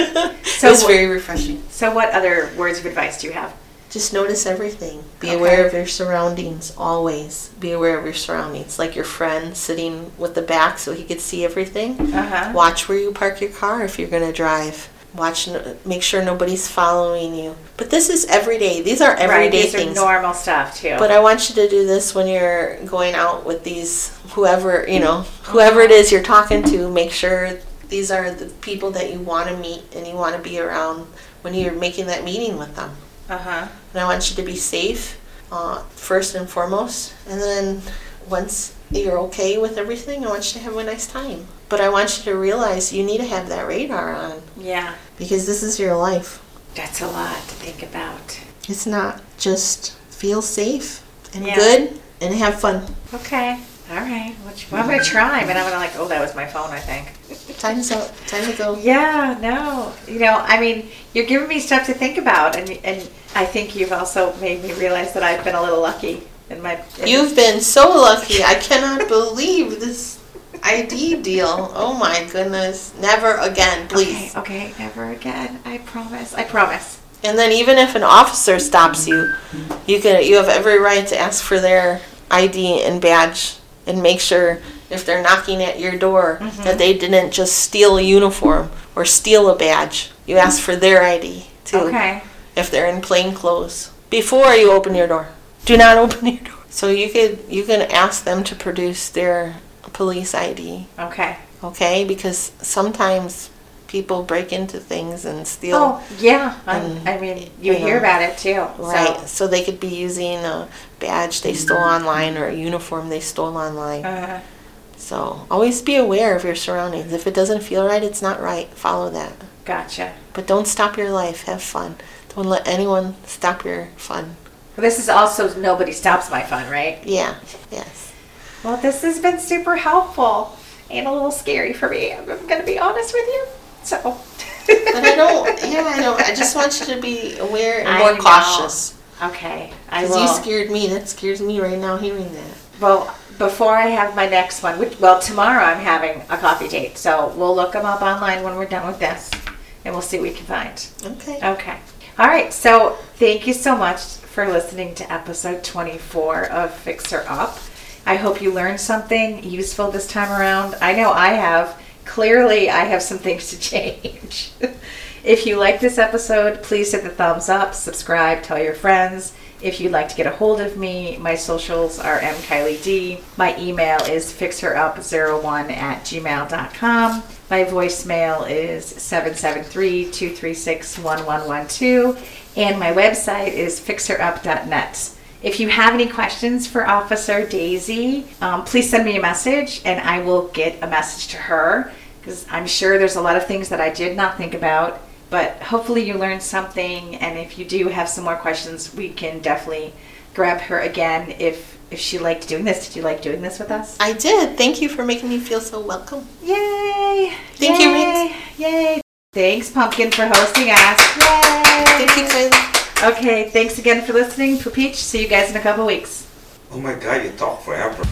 Speaker 2: So it was
Speaker 1: So-
Speaker 2: very refreshing.
Speaker 1: So, what other words of advice do you have?
Speaker 2: Just notice everything. Be
Speaker 1: Okay.
Speaker 2: aware of your surroundings always. Be aware of your surroundings, like your friend sitting with the back so he could see everything.
Speaker 1: Uh huh.
Speaker 2: Watch where you park your car if you're going to drive. Watch, no- make sure nobody's following you. But this is every day. These are everyday
Speaker 1: right. These
Speaker 2: things.
Speaker 1: are normal stuff too.
Speaker 2: But I want you to do this when you're going out with these whoever, you know, whoever it is you're talking to, make sure these are the people that you want to meet and you want to be around when you're making that meeting with them.
Speaker 1: uh huh.
Speaker 2: And I want you to be safe uh, first and foremost. And then once you're okay with everything, I want you to have a nice time. But I want you to realize you need to have that radar on
Speaker 1: Yeah.
Speaker 2: because this is your life.
Speaker 1: That's a lot to think about.
Speaker 2: It's not just feel safe and
Speaker 1: Yeah.
Speaker 2: good and have fun.
Speaker 1: Okay. All right. Which, well, I'm gonna try, but I'm gonna like. Oh, that was my phone. I think.
Speaker 2: Time's up. Time to go.
Speaker 1: Yeah, no. You know, I mean, you're giving me stuff to think about, and and I think you've also made me realize that I've been a little lucky in my. in-
Speaker 2: You've been so lucky. I cannot believe this ID deal. Oh my goodness. Never again,
Speaker 1: Okay,
Speaker 2: please.
Speaker 1: okay, never again. I promise. I promise.
Speaker 2: And then even if an officer stops you, you can you have every right to ask for their ID and badge and make sure if they're knocking at your door
Speaker 1: Mm-hmm.
Speaker 2: that they didn't just steal a uniform or steal a badge. You ask for their ID too.
Speaker 1: Okay.
Speaker 2: if they're in plain clothes before you open your door. Do not open your door. So you could you can ask them to produce their police ID,
Speaker 1: Okay.
Speaker 2: okay? Because sometimes people break into things and steal.
Speaker 1: Oh, yeah. I'm, I mean, you
Speaker 2: you
Speaker 1: hear
Speaker 2: know,
Speaker 1: about it too.
Speaker 2: Right, so. they could be using a badge they stole online or a uniform they stole online.
Speaker 1: So, uh,
Speaker 2: So always be aware of your surroundings. If it doesn't feel right, it's not right. Follow that.
Speaker 1: gotcha.
Speaker 2: But don't stop your life. Have fun. Don't let anyone stop your fun.
Speaker 1: Well, this is also nobody stops my fun, right?
Speaker 2: Yeah, yes.
Speaker 1: Well, this has been super helpful and a little scary for me. I'm, I'm gonna be honest with you. So.
Speaker 2: But I don't. Yeah, I don't. I just want you to be aware and
Speaker 1: I
Speaker 2: more
Speaker 1: know.
Speaker 2: cautious.
Speaker 1: Okay, I
Speaker 2: Because you
Speaker 1: will.
Speaker 2: scared me. That scares me right now hearing that.
Speaker 1: Well, before I have my next one, which, well, tomorrow I'm having a coffee date, so we'll look them up online when we're done with this, and we'll see what we can find.
Speaker 2: Okay.
Speaker 1: Okay. All right. So thank you so much for listening to episode 24 of Fixer Up. I hope you learned something useful this time around. I know I have. Clearly, I have some things to change. If you like this episode, please hit the thumbs up, subscribe, tell your friends. If you'd like to get a hold of me, my socials are mkylied. My email is fixherup01 at gmail.com. My voicemail is 773 236 1112. And my website is fixherup.net. If you have any questions for Officer Daisy, um, please send me a message and I will get a message to her because I'm sure there's a lot of things that I did not think about. But hopefully, you learned something. And if you do have some more questions, we can definitely grab her again if, if she liked doing this. Did you like doing this with us?
Speaker 2: I did. Thank you for making me feel so welcome.
Speaker 1: Yay!
Speaker 2: Thank you,
Speaker 1: Yay! Yay! Thanks, Pumpkin, for hosting us.
Speaker 2: Thank you,
Speaker 1: Yay!
Speaker 2: Kylie.
Speaker 1: Okay, thanks again for listening. Papeach, see you guys in a couple weeks.
Speaker 5: Oh my god, you talk forever.